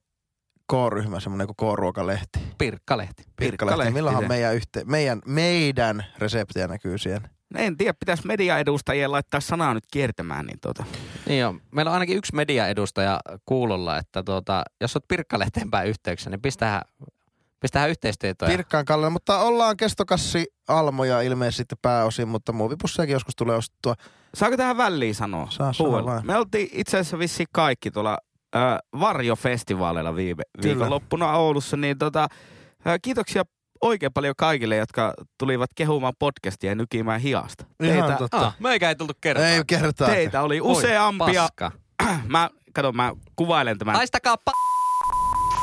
Speaker 1: K-ryhmä, semmoinen kuin K-ruokalehti?
Speaker 2: Pirkkalehti.
Speaker 1: Pirkkalehti. Milloinhan
Speaker 4: se.
Speaker 1: meidän, yhte, meidän, meidän reseptiä näkyy siellä?
Speaker 4: En tiedä, pitäisi mediaedustajien laittaa sanaa nyt kiertämään, niin tota.
Speaker 2: Niin joo. Meillä on ainakin yksi mediaedustaja kuulolla, että tuota, jos oot Pirkkalehteen päin yhteyksissä, niin pistähän, pistähän yhteistyötä.
Speaker 1: Pirkkaan Kalle, mutta ollaan kestokassi Almoja ilmeisesti pääosin, mutta muovipussejakin joskus tulee ostettua.
Speaker 4: Saako tähän väliin sanoa?
Speaker 1: Saa sanoa
Speaker 4: Huuella.
Speaker 1: vaan.
Speaker 4: Me oltiin itse asiassa vissiin kaikki tuolla äh, Varjo-festivaaleilla viime
Speaker 1: Kyllä.
Speaker 4: viikonloppuna Oulussa, niin tota, äh, kiitoksia oikein paljon kaikille, jotka tulivat kehumaan podcastia ja nykimään hiasta.
Speaker 1: Ihan
Speaker 4: Teitä,
Speaker 1: totta.
Speaker 2: ah, meikä ei tullut kertaa.
Speaker 1: Ei kertaa.
Speaker 4: teitä oli Niin useampia.
Speaker 2: Paska.
Speaker 4: mä, kato, mä kuvailen tämän.
Speaker 2: Haistakaa pa-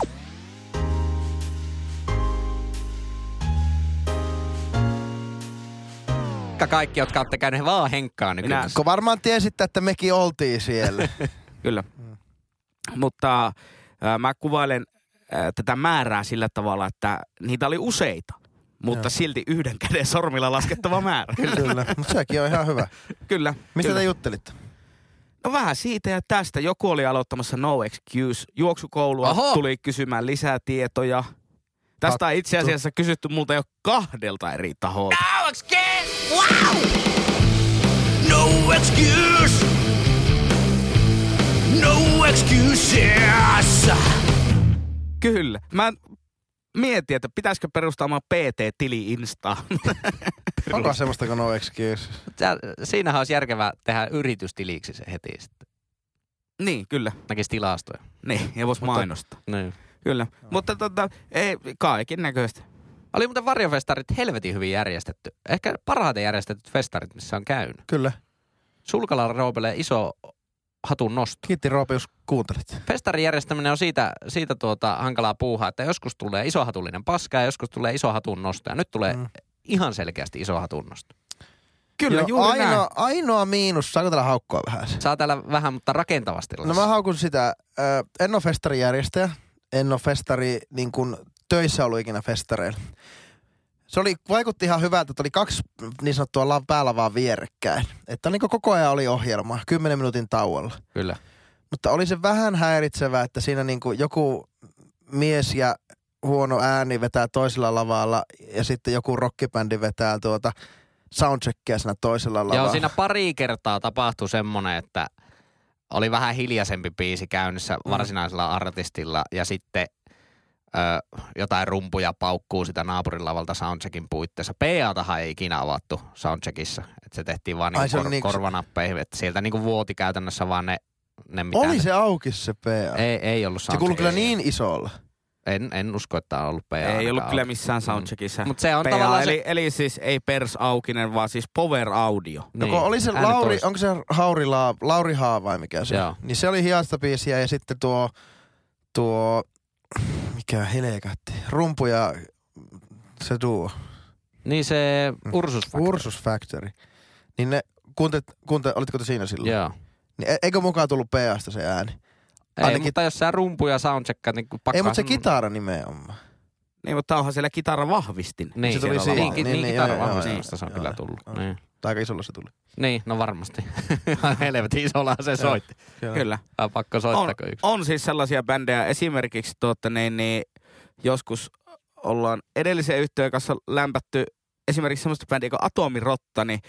Speaker 2: kaikki, jotka olette käyneet vaan henkkaa niin nykyään.
Speaker 4: Minä-
Speaker 1: Kun varmaan tiesitte, että mekin oltiin siellä.
Speaker 4: Kyllä.
Speaker 1: Mm.
Speaker 4: Mutta äh, mä kuvailen äh, tätä määrää sillä tavalla, että niitä oli useita, mutta
Speaker 1: Joo.
Speaker 4: silti yhden käden sormilla laskettava määrä.
Speaker 1: *laughs* *laughs* Kyllä, mutta sekin on ihan hyvä.
Speaker 4: Kyllä.
Speaker 1: Mistä
Speaker 4: kyllä.
Speaker 1: te juttelitte?
Speaker 4: No vähän siitä ja tästä. Joku oli aloittamassa No Excuse juoksukoulua,
Speaker 2: Oho.
Speaker 4: tuli kysymään lisää tietoja. Tästä on itse asiassa kysytty multa jo kahdelta eri taholta.
Speaker 5: No excuse. No excuses.
Speaker 4: Kyllä. Mä mietin, että pitäisikö perustamaan PT-tili Instaan.
Speaker 1: Onko semmoista kuin no excuse?
Speaker 2: Tää- Siinähän olisi järkevää tehdä yritystiliksi se heti sitten.
Speaker 4: *laughs* niin, kyllä.
Speaker 2: Näkisi tilastoja.
Speaker 4: Niin, ja vois mainostaa.
Speaker 2: Niin.
Speaker 4: Kyllä. Mutta tota, ei, kaiken näköistä.
Speaker 2: Oli muuten varjofestarit helvetin hyvin järjestetty. Ehkä parhaiten järjestetyt festarit, missä on käynyt.
Speaker 1: Kyllä.
Speaker 2: Sulkalan Roopelle iso hatun nosto.
Speaker 1: Kiitti Roope, jos kuuntelit.
Speaker 2: Festarin järjestäminen on siitä, siitä tuota hankalaa puuhaa, että joskus tulee iso hatullinen paska ja joskus tulee iso hatun nosto. Ja nyt tulee
Speaker 1: Mm.
Speaker 2: mm. ihan selkeästi iso hatun nosto.
Speaker 4: Kyllä,
Speaker 1: Joo,
Speaker 4: juuri näin.
Speaker 1: ainoa, ainoa miinus, saanko tällä haukkoa vähän?
Speaker 2: Saa täällä vähän, mutta rakentavasti.
Speaker 1: No
Speaker 2: Lasse.
Speaker 1: mä haukun sitä. Ö, en ole festari järjestäjä. En ole festari niin kuin töissä ollut ikinä festareilla. Se oli, vaikutti ihan hyvältä, että oli kaksi niin sanottua la- päälavaa vierekkäin. Että niin koko ajan oli ohjelma, 10 minuutin tauolla.
Speaker 2: Kyllä.
Speaker 1: Mutta oli se vähän häiritsevää, että siinä niin kuin joku mies ja huono ääni vetää toisella lavalla ja sitten joku rockibändi vetää tuota soundcheckia siinä toisella lavalla.
Speaker 2: Joo, siinä pari kertaa tapahtui semmoinen, että oli vähän hiljaisempi biisi käynnissä
Speaker 1: Mm.
Speaker 2: varsinaisella artistilla ja sitten ö, jotain rumpuja paukkuu sitä naapurin lavalta soundcheckin puitteissa. PA-tahan ei ikinä avattu soundcheckissa, että se tehtiin vaan
Speaker 1: Ai,
Speaker 2: niinku
Speaker 1: se on
Speaker 2: kor-
Speaker 1: niinku-
Speaker 2: korvanappeihin, että sieltä niinku vuoti käytännössä vaan ne, ne mitä
Speaker 1: Oli
Speaker 2: ne-
Speaker 1: se auki se PA.
Speaker 2: Ei, ei ollut
Speaker 1: se kuului
Speaker 2: soundcheck-
Speaker 1: kyllä
Speaker 2: ei.
Speaker 1: niin isolla.
Speaker 2: En, en usko, että on ollut PA.
Speaker 4: ei ollut
Speaker 2: ainakaan
Speaker 4: kyllä
Speaker 2: auki.
Speaker 4: missään soundcheckissa.
Speaker 2: Mut se on
Speaker 4: PA,
Speaker 2: tavallaan se-
Speaker 4: eli, eli siis ei pers aukinen, vaan siis power audio.
Speaker 2: Niin.
Speaker 1: No kun oli se
Speaker 2: äänet
Speaker 1: Lauri,
Speaker 2: toista.
Speaker 1: onko se Hauri La, Lauri Haa vai mikä se
Speaker 2: Joo.
Speaker 1: on? Niin se oli hiasta biisiä ja sitten tuo, tuo mikä helekatti, rumpu ja se duo,
Speaker 2: Niin se Ursus Factor.
Speaker 1: Mm. Ursus Factory. Niin ne, kun te, kun te, olitko te siinä silloin?
Speaker 2: Joo.
Speaker 1: Niin e- eikö mukaan tullut PAsta se ääni?
Speaker 2: Ei,
Speaker 1: Ainakin-
Speaker 2: mutta jos sä rumpuja soundcheckaat, niin pakkaa...
Speaker 1: Ei, mutta se kitara nimenomaan.
Speaker 4: Niin, mutta onhan siellä kitara vahvistin.
Speaker 2: Niin,
Speaker 1: se
Speaker 2: se
Speaker 1: tuli
Speaker 2: tuli
Speaker 1: siinä.
Speaker 2: niin, niin,
Speaker 1: Niin,
Speaker 2: niin,
Speaker 1: niin,
Speaker 2: kitara
Speaker 1: joo, joo,
Speaker 2: vahvistamista
Speaker 1: joo,
Speaker 2: se on
Speaker 1: joo,
Speaker 2: kyllä
Speaker 1: joo.
Speaker 2: tullut.
Speaker 1: Joo.
Speaker 2: Niin.
Speaker 1: Tai aika isolla se tuli.
Speaker 2: niin,
Speaker 1: *laughs*
Speaker 2: no varmasti. Helvetin isolla se soitti.
Speaker 4: Kyllä.
Speaker 2: Ai, pakko
Speaker 4: On,
Speaker 2: soittako yksi.
Speaker 4: on siis sellaisia bändejä, esimerkiksi tuota, niin, niin, joskus ollaan edellisen yhtiön kanssa lämpätty esimerkiksi semmoista bändiä kuin Atomirotta, niin,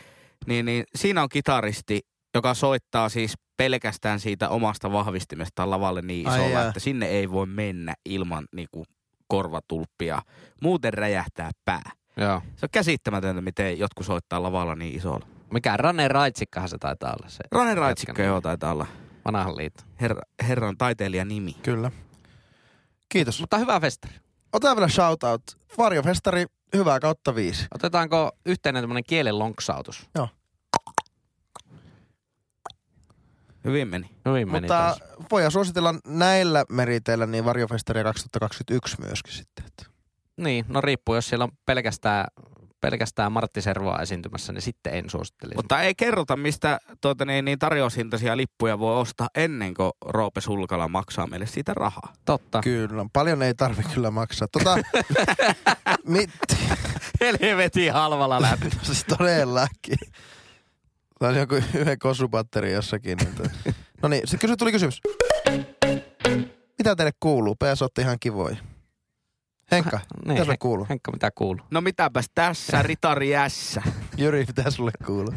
Speaker 4: niin, niin siinä on kitaristi, joka soittaa siis pelkästään siitä omasta vahvistimestaan lavalle niin
Speaker 1: Ai
Speaker 4: isolla,
Speaker 1: jaa.
Speaker 4: että sinne ei voi mennä ilman niinku, korvatulppia. Muuten räjähtää pää.
Speaker 2: Joo.
Speaker 4: Se on käsittämätöntä, miten jotkut soittaa lavalla niin isolla.
Speaker 2: Mikä Rane Raitsikkahan se taitaa olla se.
Speaker 4: Rane
Speaker 2: jätkän
Speaker 4: Raitsikko,
Speaker 2: nimi.
Speaker 4: joo, taitaa olla
Speaker 2: Vanhan liitto.
Speaker 4: herra, herran taiteilijan nimi.
Speaker 1: Kyllä. Kiitos.
Speaker 2: Mutta hyvä festari.
Speaker 1: Otetaan vielä shoutout. Varjofestari, hyvää kautta viisi.
Speaker 2: Otetaanko yhteinen tämmönen kielen lonksautus?
Speaker 4: Hyvin meni.
Speaker 2: Hyvin meni
Speaker 1: Mutta
Speaker 2: taas.
Speaker 1: voidaan suositella näillä meriteillä niin Varjofestaria 2021 myöskin sitten. että.
Speaker 2: Niin, no riippuu, jos siellä on pelkästään, pelkästään Martti Servoa esiintymässä, niin sitten en suosittelisi.
Speaker 4: Mutta ei kerrota, mistä tuota, niin, niin tarjoushintaisia lippuja voi ostaa ennen kuin Roope Sulkala maksaa meille siitä rahaa.
Speaker 2: totta.
Speaker 1: Kyllä, paljon ei tarvi kyllä maksaa. Tota, mit,
Speaker 2: Helvetin halvalla *laughs* läpi.
Speaker 1: siis todellakin. Tämä on joku yhden kosupatterin jossakin. Niin no niin, sitten kysy, tuli kysymys. Mitä teille kuuluu? PS otti ihan kivoja. Henkka,
Speaker 2: *laughs* niin,
Speaker 1: mitä sulle kuuluu?
Speaker 2: Henkka, mitä kuuluu?
Speaker 4: No mitäpäs tässä, Ritari Jässä.
Speaker 1: Jyri, mitä sulle kuuluu?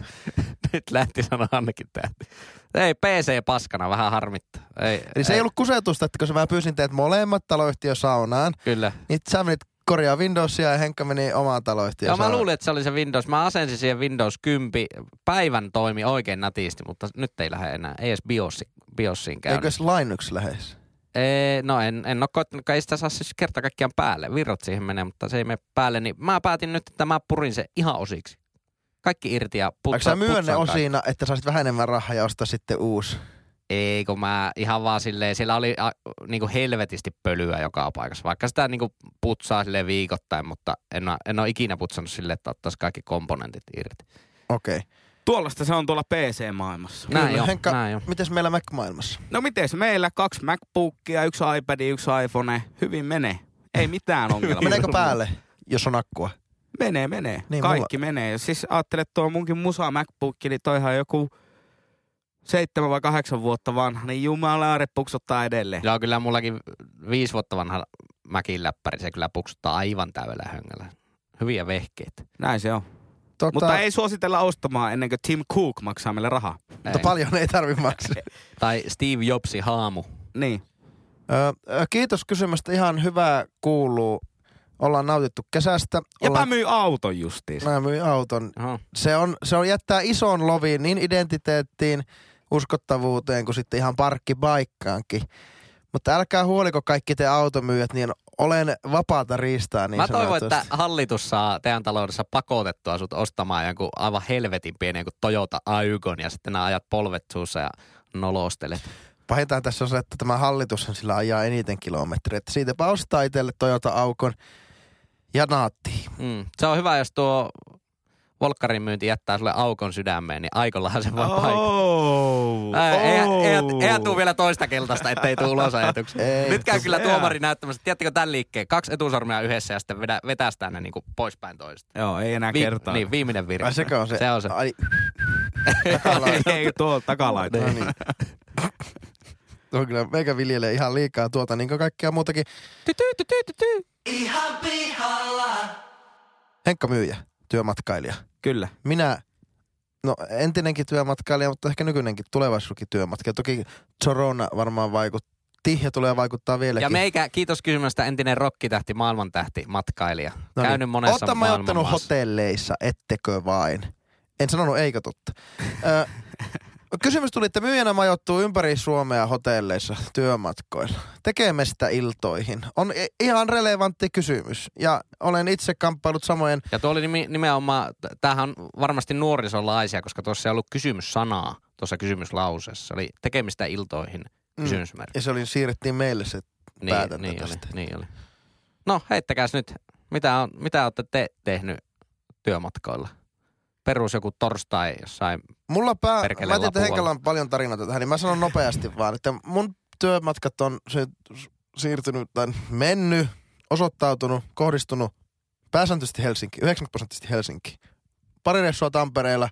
Speaker 2: Nyt lähti sanoa Annekin tähti. Ei, PC paskana, vähän harmittaa. Ei,
Speaker 1: Eli Niin se ei ollut kusetusta, että kun mä pyysin teidät molemmat taloyhtiön saunaan,
Speaker 2: Kyllä.
Speaker 1: niin sä menit korjaa Windowsia ja Henkka meni omaan taloyhtiön
Speaker 2: Joo, mä luulin, että se oli se Windows. Mä asensin siihen Windows 10. Päivän toimi oikein natisti, mutta nyt ei lähde enää. Ei edes BIOS, BIOSiin
Speaker 1: Eikö
Speaker 2: käynyt.
Speaker 1: se Linux lähes?
Speaker 2: Ei, no en, en ole koittanut, ei sitä saa siis kerta kaikkiaan päälle. Virrat siihen menee, mutta se ei mene päälle. Niin mä päätin nyt, että mä purin se ihan osiksi. Kaikki irti ja putsa,
Speaker 1: Vaikka sä myön ne
Speaker 2: putsaan kaikki.
Speaker 1: osina, että saisit vähän enemmän rahaa ja ostaa sitten uusi?
Speaker 2: Ei, kun mä ihan vaan silleen, siellä oli a, niinku helvetisti pölyä joka paikassa. Vaikka sitä niinku putsaa sille viikoittain, mutta en, oo- en ole ikinä putsannut silleen, että ottaisi kaikki komponentit irti.
Speaker 1: Okei. Okay.
Speaker 4: Tuollaista se on tuolla PC-maailmassa.
Speaker 2: Näin
Speaker 1: Kyllä,
Speaker 2: jo,
Speaker 1: Henkka-
Speaker 2: näin jo.
Speaker 1: Mites meillä Mac-maailmassa?
Speaker 4: No mites meillä? Kaksi MacBookia, yksi iPad, yksi iPhone. Hyvin menee. Ei mitään ongelmaa.
Speaker 1: Meneekö päälle, jos on akkua?
Speaker 4: Menee, menee.
Speaker 1: Niin,
Speaker 4: Niin, Kaikki mulla... menee. Jos siis ajattelet tuo munkin musa MacBook, niin toihan joku seitsemän vai kahdeksan vuotta vanha, niin jumalaare puksottaa edelleen.
Speaker 2: Joo, kyllä mullakin viisi vuotta vanha mäkin läppäri, se kyllä puksuttaa aivan täydellä höngällä. Hyviä vehkeitä.
Speaker 4: Näin se on.
Speaker 1: Tota,
Speaker 4: Mutta ei suositella ostamaan ennen kuin Tim Cook maksaa meille rahaa.
Speaker 1: Mutta
Speaker 2: Ei.
Speaker 1: paljon ei tarvi
Speaker 2: *laughs*
Speaker 1: maksaa.
Speaker 2: Tai Steve Jobsin haamu.
Speaker 4: Niin.
Speaker 1: Ö, ö, kiitos kysymästä. Ihan hyvää kuuluu. Ollaan nautittu kesästä.
Speaker 4: Jepä
Speaker 1: Ollaan...
Speaker 4: myy auton justiin.
Speaker 1: Mä myin auton.
Speaker 2: Oho.
Speaker 1: Se on, se on jättää ison loviin niin identiteettiin, uskottavuuteen kuin sitten ihan parkkipaikkaankin. Mutta älkää huoliko kaikki te automyyjät, niin olen vapaata riistaa niin
Speaker 2: Mä toivon,
Speaker 1: sanotusti.
Speaker 2: että hallitus saa teidän taloudessa pakotettua sut ostamaan jonkun aivan helvetin pienen kuin Toyota Aygon ja sitten nää ajat polvet suussa ja nolostelet.
Speaker 1: Pahintaan tässä on se, että tämä hallitus sillä ajaa eniten kilometriä. Että siitäpä ostaa itselle Toyota Aukon ja naattiin.
Speaker 2: Mm. Se on hyvä, jos tuo Volkkarin myynti jättää sulle aukon sydämeen, niin aikollahan se vaan paikka.
Speaker 4: Oh,
Speaker 2: Ei, eihän- eihän- eihän tuu vielä toista keltaista, ettei tuu ulos ajatuksia.
Speaker 1: Ei.
Speaker 2: Nyt käy kyllä
Speaker 4: Jää.
Speaker 2: tuomari näyttämässä, että tiedättekö tämän liikkeen? Kaksi etusormea yhdessä ja sitten vedä, vetästään ne niinku poispäin toista.
Speaker 4: Joo, ei enää kertaa.
Speaker 2: niin, viimeinen virhe.
Speaker 1: Ai sekö on se?
Speaker 2: Se on se. *laughs*
Speaker 1: Ai,
Speaker 4: ei tuolla takalaita.
Speaker 1: no niin. Tuo on kyllä meikä viljelee ihan liikaa tuota, niin kuin kaikkea muutakin.
Speaker 3: ihan pihalla.
Speaker 1: Henkka Myyjä, työmatkailija.
Speaker 4: Kyllä.
Speaker 1: Minä no entinenkin työmatkailija, mutta ehkä nykyinenkin tulevaisuuskin työmatkailija. Toki Corona varmaan vaikutti ja tulee vaikuttaa vieläkin.
Speaker 2: Ja meikä, kiitos kysymästä, entinen rokkitähti, maailmantähti, matkailija. No
Speaker 1: Noniin.
Speaker 2: Käynyt monessa
Speaker 1: Ottamme
Speaker 2: maailman
Speaker 1: niin. ottanut
Speaker 2: maassa.
Speaker 1: hotelleissa, ettekö vain. En sanonut eikö totta. Ö, kysymys tuli, että myyjänä majoittuu ympäri Suomea hotelleissa työmatkoilla. Tekemestä iltoihin. On i- ihan relevantti kysymys. Ja olen itse kamppailut samojen
Speaker 2: Ja tuo oli nimi- nimenomaan, t- tämähän on varmasti nuorisolaisia, koska tuossa ei ollut kysymys sanaa tuossa kysymyslauseessa. Eli tekemistä iltoihin
Speaker 1: Mm.
Speaker 2: kysymysmerkki.
Speaker 1: ja se oli, siirrettiin meille se. päätän
Speaker 2: niin,
Speaker 1: tätä
Speaker 2: oli,
Speaker 1: sitten.
Speaker 2: niin oli. No heittäkääs nyt, mitä, on, mitä olette te tehnyt työmatkoilla? Perus joku torstai jossain.
Speaker 1: Mulla pää,
Speaker 2: Perkeleen
Speaker 1: mä tiedän, että
Speaker 2: lapualla.
Speaker 1: Henkalla on paljon tarinoita tähän, niin mä sanon nopeasti vaan, että mun työmatkat on se, siirtynyt tai mennyt, osoittautunut, kohdistunut pääsääntöisesti Helsinki, 90 prosenttisesti Helsinki. Pari reissua Tampereella,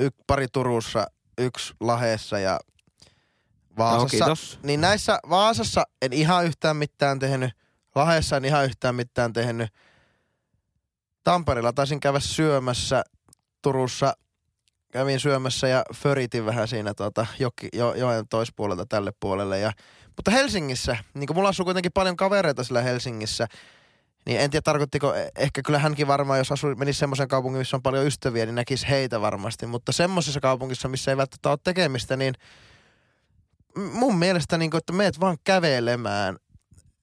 Speaker 1: y, pari Turussa, yksi Laheessa ja
Speaker 4: No,
Speaker 1: Vaasassa.
Speaker 4: kiitos.
Speaker 1: Niin näissä Vaasassa en ihan yhtään mitään tehnyt. Lahdessa en ihan yhtään mitään tehnyt. Tampereella taisin käydä syömässä. Turussa kävin syömässä ja föritin vähän siinä tuota, joki, jo, joen toispuolelta tälle puolelle. Ja, mutta Helsingissä, niin kuin mulla asuu kuitenkin paljon kavereita sillä Helsingissä, niin en tiedä tarkoittiko, eh- ehkä kyllä hänkin varmaan, jos asui, menisi semmoisen kaupungin, missä on paljon ystäviä, niin näkisi heitä varmasti. Mutta semmoisessa kaupungissa, missä ei välttämättä ole tekemistä, niin m- mun mielestä, niin kuin, että meet vaan kävelemään.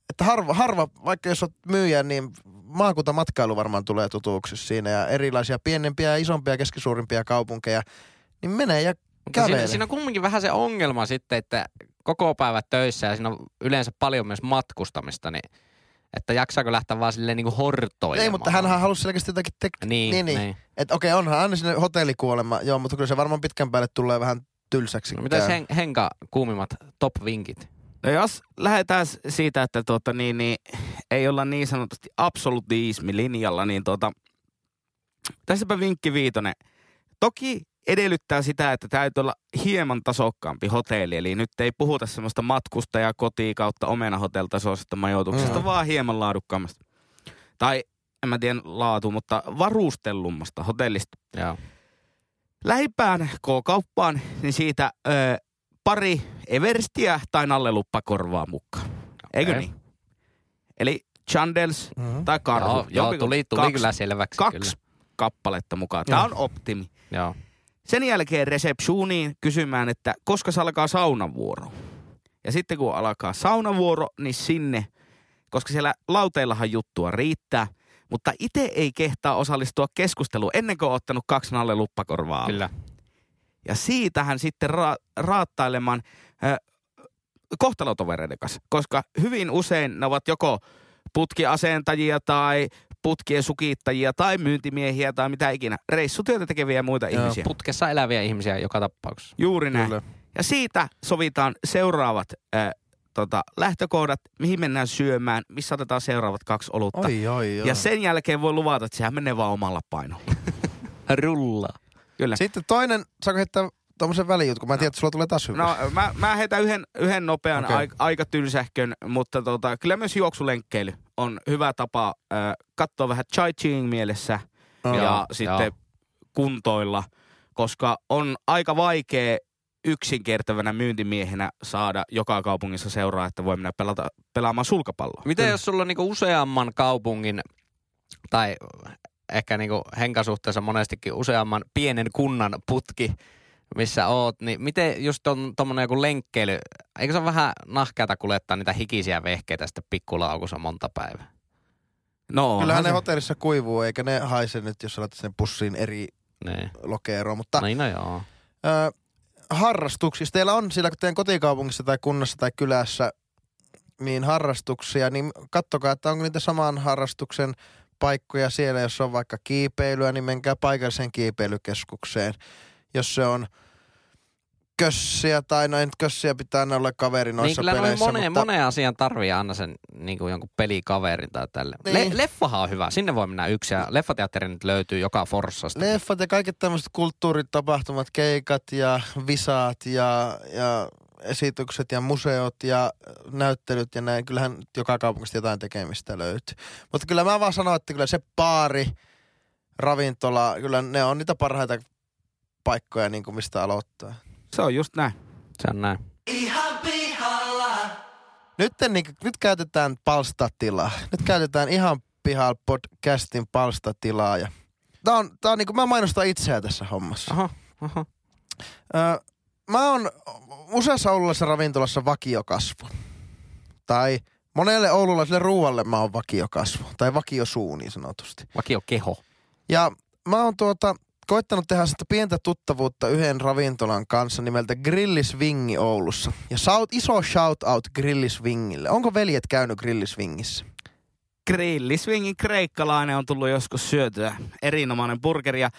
Speaker 1: Että harva, harva, vaikka jos oot myyjä, niin maakuntamatkailu varmaan tulee tutuksi siinä ja erilaisia pienempiä ja isompia ja keskisuurimpia kaupunkeja, niin menee ja
Speaker 2: Mutta
Speaker 1: kävelee.
Speaker 2: siinä, siinä on kumminkin vähän se ongelma sitten, että koko päivä töissä ja siinä on yleensä paljon myös matkustamista, niin että jaksaako lähteä vaan silleen niin kuin hortoilemaan.
Speaker 1: Ei, mutta hän halusi selkeästi jotakin tek-
Speaker 2: Niin,
Speaker 1: niin,
Speaker 2: niin.
Speaker 1: niin.
Speaker 2: niin.
Speaker 1: Että okei, onhan aina sinne hotellikuolema, joo, mutta kyllä se varmaan pitkän päälle tulee vähän tylsäksi.
Speaker 2: No, mitäs
Speaker 1: käy.
Speaker 2: hen, Henka kuumimmat top-vinkit?
Speaker 4: No jos lähdetään s- siitä, että tuota, niin, niin, ei olla niin sanotusti absolutismilinjalla, niin tuota, tässäpä vinkki viitonen. Toki edellyttää sitä, että täytyy olla hieman tasokkaampi hotelli. Eli nyt ei puhuta semmoista matkustaja kotiin kautta omenahoteltasoisesta majoituksesta,
Speaker 1: Mm.
Speaker 4: mm. vaan hieman laadukkaammasta. Tai en mä tiedä laatu, mutta varustellummasta hotellista
Speaker 2: Joo.
Speaker 4: lähimpään K-kauppaan, niin siitä ö, pari Everstiä tai nalleluppa korvaa mukaan. Eikö
Speaker 2: Okei.
Speaker 4: niin? Eli Chandels
Speaker 1: Mhm.
Speaker 4: tai Karhu.
Speaker 2: Joo, joo
Speaker 4: Jompikumpi
Speaker 2: tuli, tuli
Speaker 4: kaksi,
Speaker 2: kyllä selväksi.
Speaker 4: Kaksi kappaletta mukaan. Tämä on optimi.
Speaker 2: Kyllä. Joo.
Speaker 4: Sen jälkeen reseptioniin kysymään, että koska se alkaa saunavuoro. Ja sitten kun alkaa saunavuoro, niin sinne, koska siellä lauteillahan juttua riittää, mutta itse ei kehtaa osallistua keskusteluun ennen kuin on ottanut kaksi nalle luppakorvaa. alle.
Speaker 2: Kyllä.
Speaker 4: Ja siitähän sitten ra- raattailemaan ö, kohtalotovereiden kanssa, koska hyvin usein ne ovat joko putkiasentajia tai putkien sukittajia tai myyntimiehiä tai mitä ikinä. Reissutyötä tekeviä ja muita
Speaker 1: Joo,
Speaker 4: ihmisiä.
Speaker 2: Putkessa eläviä ihmisiä joka tapauksessa.
Speaker 4: Juuri näin.
Speaker 1: Kyllä.
Speaker 4: Ja siitä sovitaan seuraavat äh, tota, lähtökohdat, mihin mennään syömään, missä otetaan seuraavat kaksi olutta.
Speaker 1: Oi, oi, joo.
Speaker 4: ja sen jälkeen voi luvata, että sehän menee vaan omalla painolla.
Speaker 2: Rulla.
Speaker 4: Kyllä.
Speaker 1: Sitten toinen, saako heittää tuommoisen välijutkun? Mä en tiedä, että sulla tulee taas hyvä.
Speaker 4: No mä, mä heitän yhden, yhden nopean
Speaker 1: Okei.
Speaker 4: okay. aika, aika tylsähkön, mutta tota, kyllä myös juoksulenkkeily on hyvä tapa äh, katsoa vähän chai chiing mielessä
Speaker 1: Joo.
Speaker 4: ja
Speaker 2: Joo,
Speaker 4: sitten kuntoilla, koska on aika vaikea yksinkertävänä myyntimiehenä saada joka kaupungissa seuraa, että voi mennä pelata, pelaamaan sulkapalloa.
Speaker 2: Mitä
Speaker 1: Mm.
Speaker 2: jos sulla on niinku useamman kaupungin, tai ehkä niinku henkasuhteessa monestikin useamman pienen kunnan putki, missä oot, niin miten just on tommonen joku lenkkeily, eikö se ole vähän nahkeata kuljettaa niitä hikisiä vehkeitä sitten pikkulaukussa monta päivää?
Speaker 4: No,
Speaker 1: Kyllähän
Speaker 4: onhan
Speaker 1: ne
Speaker 4: se-
Speaker 1: hotellissa kuivuu, eikä ne haise nyt, jos laitat sen pussiin eri
Speaker 2: Niin.
Speaker 1: lokeroon. Mutta
Speaker 2: Niin no joo.
Speaker 1: ö, harrastuksista, teillä on siellä teidän kotikaupungissa tai kunnassa tai kylässä niin harrastuksia, niin kattokaa, että onko niitä saman harrastuksen paikkoja siellä. Jos on vaikka kiipeilyä, niin menkää paikalliseen kiipeilykeskukseen. Jos se on kössiä tai no ei nyt kössiä pitää aina olla kaveri
Speaker 2: Niin
Speaker 1: noissa
Speaker 2: kyllä noin
Speaker 1: peleissä.
Speaker 2: moneen,
Speaker 1: mutta...
Speaker 2: moneen asiaan tarvii aina sen niin kuin jonkun pelikaverin tai tälle.
Speaker 1: Niin.
Speaker 2: Le- leffahan on hyvä, sinne voi mennä yksi ja leffateatteri nyt löytyy joka forssasta.
Speaker 1: Leffat ja kaikki tämmöiset kulttuuritapahtumat, keikat ja visaat ja, ja esitykset ja museot ja näyttelyt ja näin. Kyllähän nyt joka kaupungista jotain tekemistä löytyy. Mutta kyllä mä vaan sanon, että kyllä se baari, ravintola, kyllä ne on niitä parhaita paikkoja, niin kuin mistä aloittaa.
Speaker 4: Se on just näin.
Speaker 2: Se on näin.
Speaker 3: ihan pihalla.
Speaker 1: Nyt, niin, nyt käytetään palstatilaa. Nyt käytetään ihan pihalla podcastin palstatilaa. Ja... Tää on, tää on niin kuin, mä mainostan itseä tässä hommassa.
Speaker 2: Aha, aha.
Speaker 1: Öö, mä oon useassa oululaisessa ravintolassa vakiokasvu. Tai monelle oululaiselle ruualle mä oon vakiokasvu. Tai vakiosuu niin sanotusti.
Speaker 2: Vakio keho.
Speaker 1: Ja mä oon tuota, koittanut tehdä sitä pientä tuttavuutta yhden ravintolan kanssa nimeltä Grillisvingi Oulussa. Ja shout, iso shout out Grillisvingille. Onko veljet käynyt Grillisvingissä?
Speaker 4: Grillisvingin kreikkalainen on tullut joskus syötyä. Erinomainen burgeri. Ja,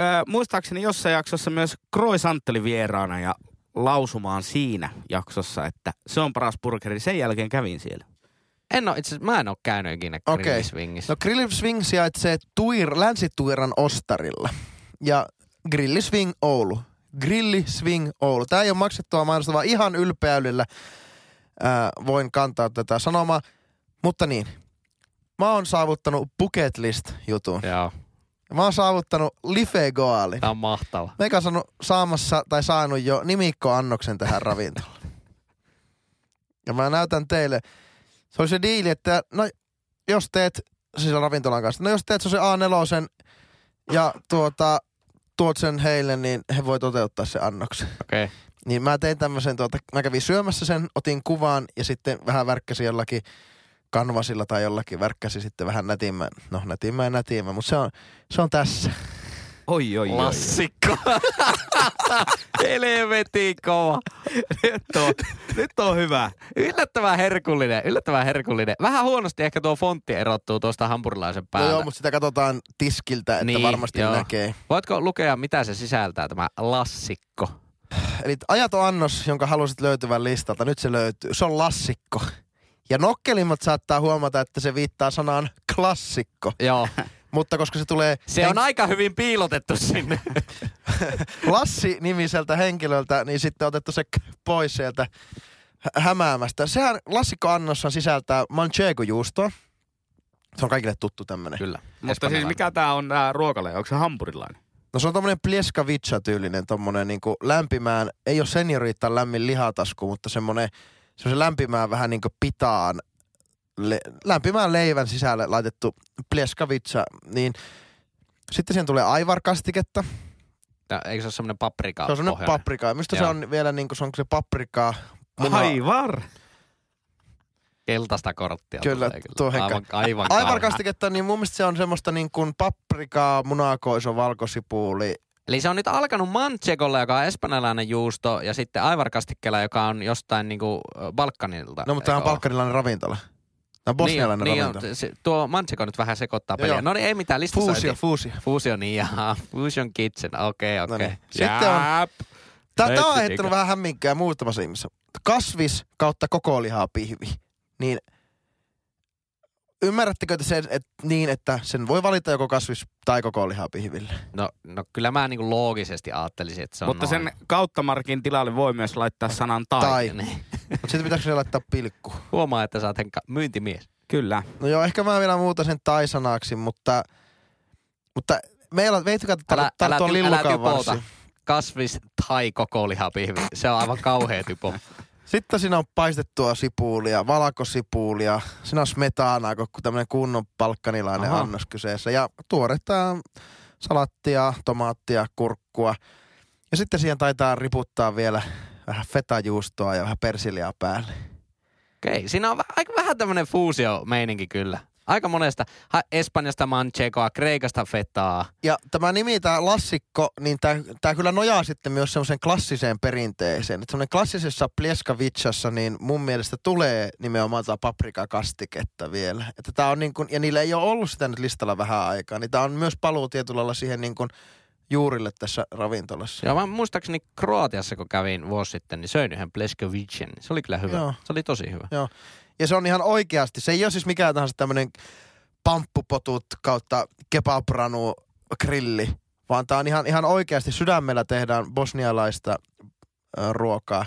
Speaker 4: ää, muistaakseni jossain jaksossa myös Kroisantteli vieraana ja lausumaan siinä jaksossa, että se on paras burgeri. Sen jälkeen kävin siellä.
Speaker 2: En oo, itse asiassa mä en oo käynyt ikinä
Speaker 1: Okei.
Speaker 2: grillisvingissä.
Speaker 1: No Grillisving sijaitsee tuir, Länsi-Tuiran ostarilla. Ja Grillisving Oulu. Grillisving Oulu. Tää ei ole maksettua mainosta, vaan ihan ylpeäydellä ää, voin kantaa tätä sanomaa. Mutta niin, mä oon saavuttanut bucket list jutun.
Speaker 2: Joo,
Speaker 1: Mä oon saavuttanut Life Goalin.
Speaker 2: tää on mahtava.
Speaker 1: Meikä on saanut, saamassa tai saanut jo nimikkoannoksen tähän ravintolaan. Ja mä näytän teille. Se oli se diili, että no, jos teet, siis ravintolan kanssa, no jos teet se A4 ja tuota, tuot sen heille, niin he voi toteuttaa se annoksen.
Speaker 2: Okei. Okay.
Speaker 1: Niin mä tein tämmöisen, tuota, mä kävin syömässä sen, otin kuvan ja sitten vähän värkkäsin jollakin kanvasilla tai jollakin värkkäsi sitten vähän nätimmän. No nätimmän ja nätimmän, mutta se on, se on tässä.
Speaker 4: Oi, oi, oi.
Speaker 2: Klassikko. Helvetin kova.
Speaker 4: Nyt on, nyt on hyvä.
Speaker 2: Yllättävän herkullinen, yllättävän herkullinen. Vähän huonosti ehkä tuo fontti erottuu tuosta hampurilaisen
Speaker 1: No
Speaker 2: päältä.
Speaker 1: joo, mutta sitä katsotaan tiskiltä, että niin, varmasti joo. näkee.
Speaker 2: Voitko lukea, mitä se sisältää tämä lassikko?
Speaker 1: Eli ajaton annos, jonka halusit löytyvän listalta, nyt se löytyy. Se on lassikko. Ja nokkelimmat saattaa huomata, että se viittaa sanaan klassikko.
Speaker 2: Joo,
Speaker 1: Mutta koska se tulee
Speaker 2: se on aika hyvin piilotettu sinne.
Speaker 1: Lassi-nimiseltä henkilöltä, niin sitten on otettu se k- pois sieltä hä- hämäämästä. Sehän lassikkoannossa sisältää manchego-juustoa. Se on kaikille tuttu tämmönen.
Speaker 2: Kyllä.
Speaker 4: Mutta siis mikä tämä on tämä ruokale? Onko se hampurilainen?
Speaker 1: No se on tommonen pleskavitsa-tyylinen, tommonen niinku lämpimään, ei ole senioriittain lämmin lihatasku, mutta semmonen, semmosen lämpimään vähän niinku pitaan, le, lämpimään leivän sisälle laitettu pleskavitsa, niin sitten siihen tulee aivarkastiketta.
Speaker 2: Ah, Tää- Eikö se ole semmoinen paprika?
Speaker 1: Se on semmonen
Speaker 2: pohjainen?
Speaker 1: paprika. Mistä se
Speaker 2: Joo.
Speaker 1: on vielä niinku, se onko se paprikaa? munaa-
Speaker 4: Aivar.
Speaker 2: Keltaista korttia.
Speaker 1: Kyllä,
Speaker 2: tulee
Speaker 1: tuo henkä.
Speaker 2: Aivan, aivan, karhea.
Speaker 1: Aivarkastiketta, niin mun mielestä se on semmoista niin kuin paprikaa, munakoiso, valkosipuli.
Speaker 2: Eli se on nyt alkanut manchegolla, joka on espanjalainen juusto, ja sitten aivarkastikkeella, joka on jostain niinku ö, Balkanilta.
Speaker 1: No mutta tämä on
Speaker 2: Ah, eikö oo?
Speaker 1: balkanilainen ravintola. Tämä on bosnialainen
Speaker 2: niin, on,
Speaker 1: ravintola.
Speaker 2: niin, on, se, Tuo manchego nyt vähän sekoittaa
Speaker 1: Joo,
Speaker 2: peliä.
Speaker 1: joo.
Speaker 2: No niin, ei mitään. Listassa
Speaker 1: Fuusio,
Speaker 2: ei-
Speaker 1: fuusio.
Speaker 2: Fusion, niin jaa. Fusion Kitchen, okei, okay,
Speaker 1: No
Speaker 2: okei.
Speaker 1: niin.
Speaker 2: Okay.
Speaker 1: Sitten on-
Speaker 4: Jääp.
Speaker 1: Tää, tää on
Speaker 2: No et
Speaker 1: aiheuttanut
Speaker 2: tietenkään.
Speaker 1: vähän hämminkää muutamassa ihmisessä. Kasvis kautta koko lihaa pihvi. Niin ymmärrättekö te sen, et, niin, että sen voi valita joko kasvis tai koko lihaa
Speaker 2: *laughs*
Speaker 1: pihville?
Speaker 2: No, no kyllä mä niinku loogisesti ajattelisin, että se on
Speaker 4: Mutta
Speaker 2: noin.
Speaker 4: sen kauttamarkin tilalle voi myös laittaa sanan tai.
Speaker 1: Tai.
Speaker 2: Niin.
Speaker 1: Mut sitten pitääkö se laittaa pilkku?
Speaker 2: Huomaa, että sä oot Henkka myyntimies.
Speaker 4: Kyllä.
Speaker 1: No joo, ehkä mä vielä muuta sen tai-sanaksi, mutta, mutta meillä veitkö
Speaker 2: Älä, älä,
Speaker 1: tarttua
Speaker 2: ty, älä
Speaker 1: lillukan
Speaker 2: typota.
Speaker 1: varsin.
Speaker 2: Kasvis tai koko lihapihvi. Se on aivan kauhea typo.
Speaker 1: Sitten siinä on paistettua sipulia, valkosipulia, siinä on smetanaa, kun tämmöinen kunnon palkkanilainen
Speaker 2: Aha.
Speaker 1: annos kyseessä. Ja tuoretta salattia, tomaattia, kurkkua. Ja sitten siihen taitaa riputtaa vielä vähän fetajuustoa ja vähän persiliaa päälle.
Speaker 2: Okei, siinä on vä- aika vähän tämmönen fuusio-meininki kyllä. Aika monesta. Ha, Espanjasta manchegoa, Kreikasta fetaa.
Speaker 1: Ja tämä nimi, tämä lassikko, niin tämä, tämä kyllä nojaa sitten myös semmoiseen klassiseen perinteeseen. Että semmoinen klassisessa pleskavitsassa, niin mun mielestä tulee nimenomaan tämä paprikakastiketta vielä. Että tämä on niin kuin, ja niillä ei ole ollut sitä nyt listalla vähän aikaa, niin tämä on myös paluu tietyllä lailla siihen niin kuin juurille tässä ravintolassa.
Speaker 2: Joo, mä muistaakseni Kroatiassa, kun kävin vuosi sitten, niin söin yhden Pleskovicin. Se oli kyllä hyvä.
Speaker 1: Joo.
Speaker 2: Joo. Se oli tosi hyvä.
Speaker 1: Joo. Ja se on ihan oikeasti, se ei ole siis mikään tahansa tämmöinen pamppupotut kautta kebabranu grilli, vaan tämä on ihan, ihan oikeasti sydämellä tehdään bosnialaista ö, ruokaa.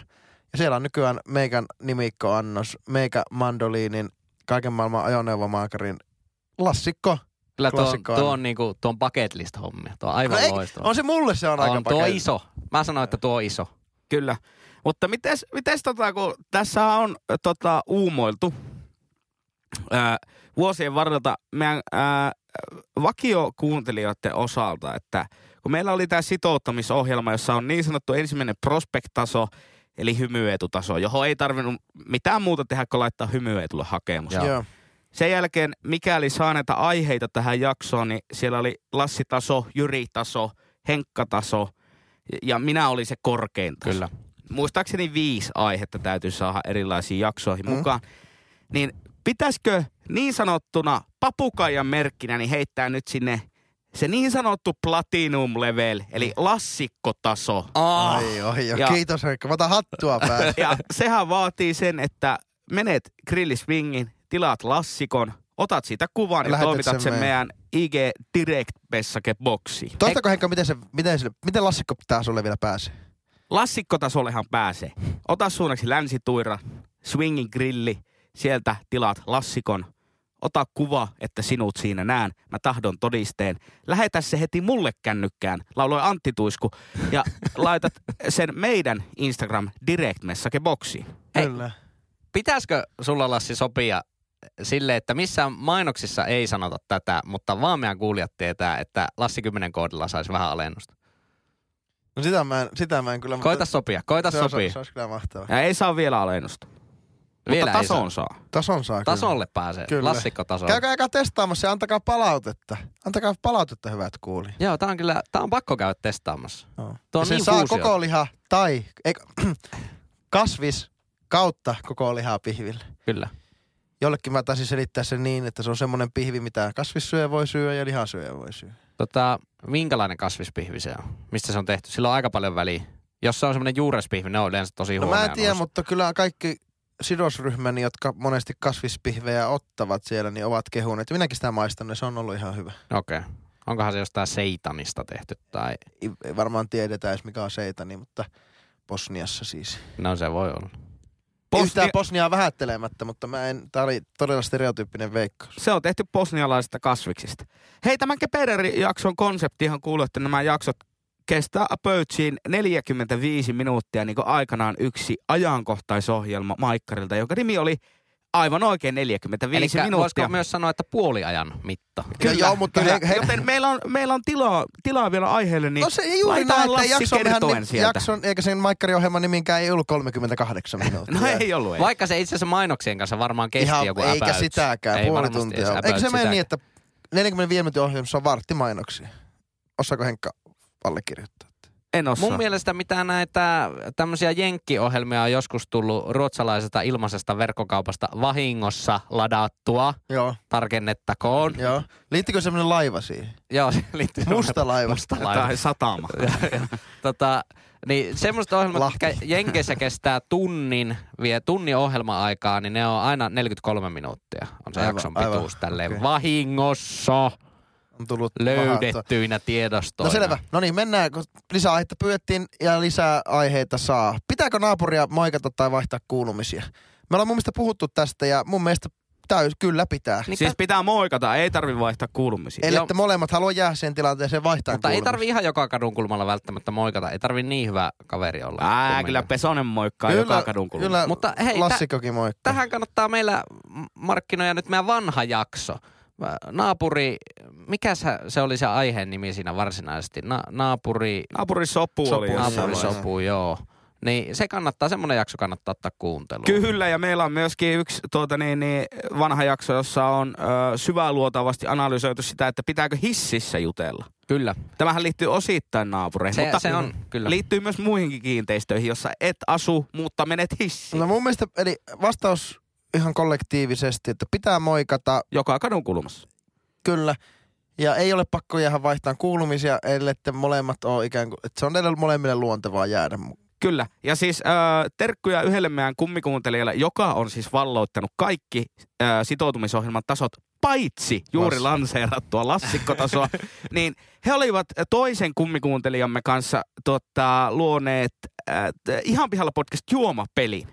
Speaker 1: Ja siellä on nykyään meikän nimikkoannos, meikä mandoliinin, kaiken maailman ajoneuvomaakarin lassikko
Speaker 2: Kyllä tuo on,
Speaker 1: Klassikko
Speaker 2: tuo
Speaker 1: on.
Speaker 2: on, niinku, tuo on bucket list hommia. Tuo on aivan
Speaker 1: No
Speaker 2: no
Speaker 1: ei,
Speaker 2: loistava.
Speaker 1: on se mulle se on, aika
Speaker 2: on tuo
Speaker 1: paketti.
Speaker 2: iso. Mä sanoin, että tuo on iso.
Speaker 4: Kyllä. Mutta mites, mites tota, kun tässä on ö, tota, uumoiltu ää, vuosien varrelta meidän ää, vakiokuuntelijoiden osalta, että kun meillä oli tämä sitouttamisohjelma, jossa on niin sanottu ensimmäinen prospect-taso, eli hymyetutaso, johon ei tarvinnut mitään muuta tehdä kuin laittaa hymyetulle hakemus.
Speaker 1: Joo. Joo.
Speaker 4: Sen jälkeen, mikäli saa näitä aiheita tähän jaksoon, niin siellä oli Lassitaso, Jyri-taso, Henkka-taso ja minä olin se korkein taso.
Speaker 2: Kyllä.
Speaker 4: Muistaakseni viisi aihetta täytyy saada erilaisiin jaksoihin
Speaker 1: Mm.
Speaker 4: mukaan. Niin pitäisikö niin sanottuna papukaijan merkkinä niin heittää nyt sinne se niin sanottu platinum level, eli lassikkotaso.
Speaker 2: Oh.
Speaker 1: Ai, oi,
Speaker 4: Ja-
Speaker 1: ja. Kiitos Henkka. Mä otan hattua
Speaker 2: *laughs*
Speaker 1: päälle.
Speaker 4: Ja sehän vaatii sen, että menet grilliswingin, tilaat lassikon, otat siitä kuvan ja
Speaker 1: Lähetät
Speaker 4: toimitat
Speaker 1: sen
Speaker 4: sen meidän
Speaker 1: meidän- Tuota-
Speaker 4: IG Direct Pessake boksiin.
Speaker 1: Toistako Henkka, miten, se, miten, sille, miten Lassikko pitää sulle vielä pääsee?
Speaker 4: Lassikkotasollehan pääsee. Ota suunnaksi länsituira, swingin grilli, sieltä tilaat lassikon. Ota kuva, että sinut siinä näen. Mä tahdon todisteen. Lähetä se heti mulle kännykkään, lauloi Antti Tuisku. Ja laitat sen meidän Instagram Direct Messake boksiin.
Speaker 2: Hei.
Speaker 1: Kyllä.
Speaker 2: Pitäisikö sulla Lassi sopia eh, sille, että missään mainoksissa ei sanota tätä, mutta vaan meidän kuulijat tietää, että Lassi 10 koodilla saisi vähän alennusta.
Speaker 1: No sitä mä en, sitä mä en kyllä. mutta
Speaker 2: Koita sopia, koita
Speaker 1: se,
Speaker 2: sopia.
Speaker 1: olisi, se olisi kyllä mahtavaa.
Speaker 4: Ja ei saa vielä alennusta.
Speaker 2: Vielä
Speaker 4: mutta
Speaker 2: ei saa.
Speaker 4: tasoon saa.
Speaker 1: Tason saa kyllä.
Speaker 2: Tasolle pääsee,
Speaker 1: Kyllä.
Speaker 2: lassikkotasolle.
Speaker 1: Käykää aika testaamassa ja antakaa palautetta. Antakaa palautetta, hyvät kuuli.
Speaker 2: Joo, tää on kyllä, tää on pakko käydä testaamassa.
Speaker 1: No.
Speaker 2: Tuo on
Speaker 1: se
Speaker 2: niin
Speaker 1: saa
Speaker 2: fuusio.
Speaker 1: koko liha tai ei, *clears throat* kasvis kautta koko lihaa pihville.
Speaker 2: Kyllä.
Speaker 1: Jollekin mä taisin selittää sen niin, että se on semmoinen pihvi, mitä kasvissyöjä voi syödä ja lihasyöjä voi syödä. No
Speaker 2: Tota, minkälainen kasvispihvi se on? Mistä se on tehty? Sillä on aika paljon väliä. Jos se on semmoinen juurespihvi, ne on yleensä tosi
Speaker 1: No
Speaker 2: huonoja.
Speaker 1: mä en tiedä, mutta kyllä kaikki sidosryhmäni, jotka monesti kasvispihvejä ottavat siellä, niin ovat kehuneet. Minäkin sitä maistan, ja se on ollut ihan hyvä.
Speaker 2: Okei. Okay. Onkohan se jostain seitanista tehty tai...
Speaker 1: Ei, ei varmaan tiedetä edes mikä on seitani, mutta Bosniassa siis.
Speaker 2: No se voi olla.
Speaker 1: Bosnia...
Speaker 4: Bosnia-
Speaker 1: Yhtään Bosniaa vähättelemättä, mutta mä en, tää oli todella stereotyyppinen veikkaus.
Speaker 4: Se on tehty bosnialaisista kasviksista. Hei, tämän Kepererin-jakson konseptihan kuuluu, että nämä jaksot kestää pöytsiin 45 minuuttia, niin kuin aikanaan yksi ajankohtaisohjelma Maikkarilta, jonka nimi oli aivan oikein 45
Speaker 2: Elikkä
Speaker 4: minuuttia.
Speaker 2: voisiko myös sanoa, että puoliajan mitta?
Speaker 1: Kyllä, joo, mutta
Speaker 4: kyllä.
Speaker 1: he- he-
Speaker 4: Joten meillä on, meillä on tilaa, tilaa vielä aiheelle, niin
Speaker 1: No se ei juuri
Speaker 4: laitetaan
Speaker 1: näin, että
Speaker 4: Lassi
Speaker 1: jakson,
Speaker 4: kertoen
Speaker 1: ni-
Speaker 4: sieltä.
Speaker 1: jakson, eikä sen maikkariohjelman niminkään ei ollut 38 minuuttia.
Speaker 4: No ei ollut, ei.
Speaker 2: Vaikka se itse asiassa mainoksien kanssa varmaan kesti
Speaker 1: Ihan,
Speaker 2: joku
Speaker 1: eikä
Speaker 2: äpäyt.
Speaker 1: sitäkään,
Speaker 2: Ei
Speaker 1: puoli
Speaker 2: varmasti edes
Speaker 1: tuntia. ollut.
Speaker 2: äpäyt
Speaker 1: Eikö se mene
Speaker 2: sitäkään.
Speaker 1: niin, että 45 minuutin ohjelmassa on vartti mainoksia? Osaako Henkka allekirjoittaa?
Speaker 4: en osaa.
Speaker 2: Mun mielestä mitä näitä tämmöisiä jenkkiohjelmia on joskus tullut ruotsalaisesta ilmaisesta verkkokaupasta vahingossa ladattua,
Speaker 1: Joo,
Speaker 2: tarkennettakoon.
Speaker 1: joo. Liittyykö semmoinen laiva siihen?
Speaker 2: Joo, se liittyy
Speaker 1: Musta laiva.
Speaker 2: musta laiva.
Speaker 4: Tai satama.
Speaker 2: Niin *laughs* tota, niin semmoista ohjelmat,
Speaker 1: Lahti.
Speaker 2: jotka Jenkeissä kestää tunnin, vie tunnin ohjelma-aikaa, niin ne on aina 43 minuuttia. On se
Speaker 1: Aivan,
Speaker 2: jakson
Speaker 1: aivan.
Speaker 2: pituus tälleen
Speaker 1: Okei.
Speaker 2: vahingossa
Speaker 1: On tullut pahaa-
Speaker 2: löydettyinä tiedostoina.
Speaker 1: No selvä. No niin, mennään, kun lisää aihetta pyydettiin ja lisää aiheita saa. Pitääkö naapuria moikata tai vaihtaa kuulumisia? Me ollaan mun mielestä puhuttu tästä ja mun mielestä täys kyllä pitää.
Speaker 2: Niin
Speaker 4: Siis pitää moikata, ei tarvi vaihtaa kuulumisia.
Speaker 1: Eli
Speaker 2: joo.
Speaker 1: että molemmat haluaa jää siihen tilanteeseen vaihtaa
Speaker 2: Mutta ei
Speaker 1: kuulumisia.
Speaker 2: tarvi ihan joka kadun kulmalla välttämättä moikata. Ei tarvi niin hyvä kaveri olla.
Speaker 4: Ää,
Speaker 2: kumminkaan.
Speaker 4: kyllä Pesonen moikkaa
Speaker 1: Kyllä,
Speaker 4: joka kadun kulmalla.
Speaker 1: Kyllä,
Speaker 2: Mutta hei,
Speaker 1: Lassikokin moikka.
Speaker 2: Tähän kannattaa meillä markkinoida nyt meidän vanha jakso. Naapuri, mikä se oli se aiheen nimi siinä varsinaisesti? Na, naapuri,
Speaker 4: Naapurisopu
Speaker 1: Sopu.
Speaker 4: oli jossain
Speaker 1: Naapurisopu.
Speaker 4: vaiheessa.
Speaker 2: naapurisopu, joo. Niin se kannattaa, semmoinen jakso kannattaa ottaa kuunteluun.
Speaker 4: Kyllä, ja meillä on myöskin yksi tuota, niin, niin, vanha jakso, jossa on ö, syväluotavasti analysoitu sitä, että pitääkö hississä jutella.
Speaker 2: Kyllä.
Speaker 4: Tämähän liittyy osittain naapureihin,
Speaker 2: Se,
Speaker 4: mutta
Speaker 2: se on, kyllä.
Speaker 4: liittyy myös muihinkin kiinteistöihin, jossa et asu, mutta menet hissiin.
Speaker 1: No mun mielestä, eli vastaus ihan kollektiivisesti, että pitää moikata,
Speaker 4: Joka kadun kulmassa.
Speaker 1: kyllä. Ja ei ole pakko jäädä vaihtamaan kuulumisia, ellei te molemmat ole ikään kuin, että se on teille molemmille luontevaa jäädä. mu-
Speaker 4: Kyllä. Ja siis ö, terkkuja yhdelle meidän kummikuuntelijalle, joka on siis valloittanut kaikki ö, sitoutumisohjelman tasot, paitsi juuri
Speaker 1: Lassi.
Speaker 4: lanseerattua lassikkotasoa, *laughs* niin he olivat toisen kummikuuntelijamme äh, kanssa tota, luoneet ö, t- ihan pihalla podcast juomapelin.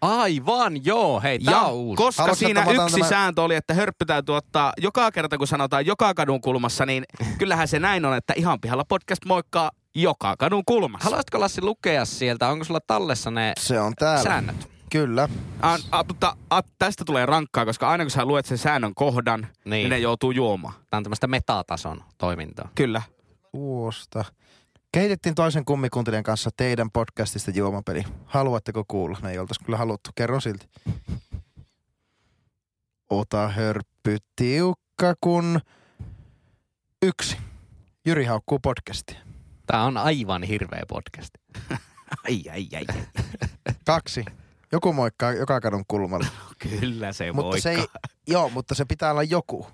Speaker 2: Aivan, joo. Hei, tää
Speaker 4: Ja
Speaker 2: on uusi.
Speaker 4: koska
Speaker 1: Haluatko,
Speaker 4: siinä
Speaker 1: että mä otan
Speaker 4: yksi
Speaker 1: tämän-
Speaker 4: sääntö oli, että hörppy täytyy ottaa joka kerta, kun sanotaan joka kadun kulmassa, niin kyllähän se näin on, että ihan pihalla podcast moikkaa joka kadun kulmassa.
Speaker 2: Haluaisitko Lassi lukea sieltä? Onko sulla tallessa ne
Speaker 1: Se on täällä.
Speaker 2: säännöt?
Speaker 1: Kyllä.
Speaker 4: A, a, mutta a, tota, tästä tulee rankkaa, koska aina kun sä luet sen säännön kohdan, niin, niin ne joutuu juomaan.
Speaker 2: Tämä on tämmöistä metatason toimintaa.
Speaker 4: Kyllä.
Speaker 1: Tuosta. Kehitettiin toisen kummikuntien kanssa teidän podcastista juomapeli. Haluatteko kuulla? Ne ei oltais kyllä haluttu. Kerron silti. Ota hörppy tiukka kun yksi. Jyri haukkuu podcastia.
Speaker 2: Tämä on aivan hirveä podcast.
Speaker 4: Ai, ai, ai. ai.
Speaker 1: Kaksi. Joku moikkaa joka kadun kulmalla.
Speaker 4: *laughs* Kyllä se
Speaker 1: mutta se, *laughs* ei, joo, mutta se pitää olla joku.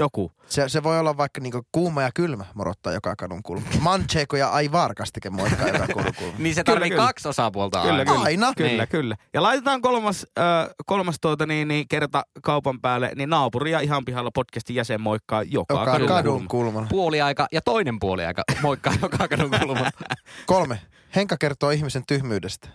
Speaker 4: Joku.
Speaker 1: Se, se voi olla vaikka niinku kuuma ja kylmä morottaa joka kadun kulma. Mancheko ja Aivar kastike moikkaa joka kadun kulma.
Speaker 2: Niin se
Speaker 4: Kyllä,
Speaker 2: tarvii
Speaker 4: kyllä.
Speaker 2: kaksi osapuolta
Speaker 4: Kyllä,
Speaker 2: aina.
Speaker 4: kyllä.
Speaker 1: Aina.
Speaker 4: Kyllä,
Speaker 2: Niin.
Speaker 4: kyllä. Ja laitetaan kolmas, äh, kolmas tuota, niin, niin, kerta kaupan päälle, niin naapuri ja ihan pihalla podcastin jäsen moikkaa joka,
Speaker 1: Joka kadun,
Speaker 4: kadun
Speaker 1: kadun kulmalla.
Speaker 2: Puoli aika ja toinen puoli aika moikkaa *laughs* joka kadun
Speaker 1: *laughs*
Speaker 2: kulma.
Speaker 1: Kolme. Henka kertoo ihmisen tyhmyydestä.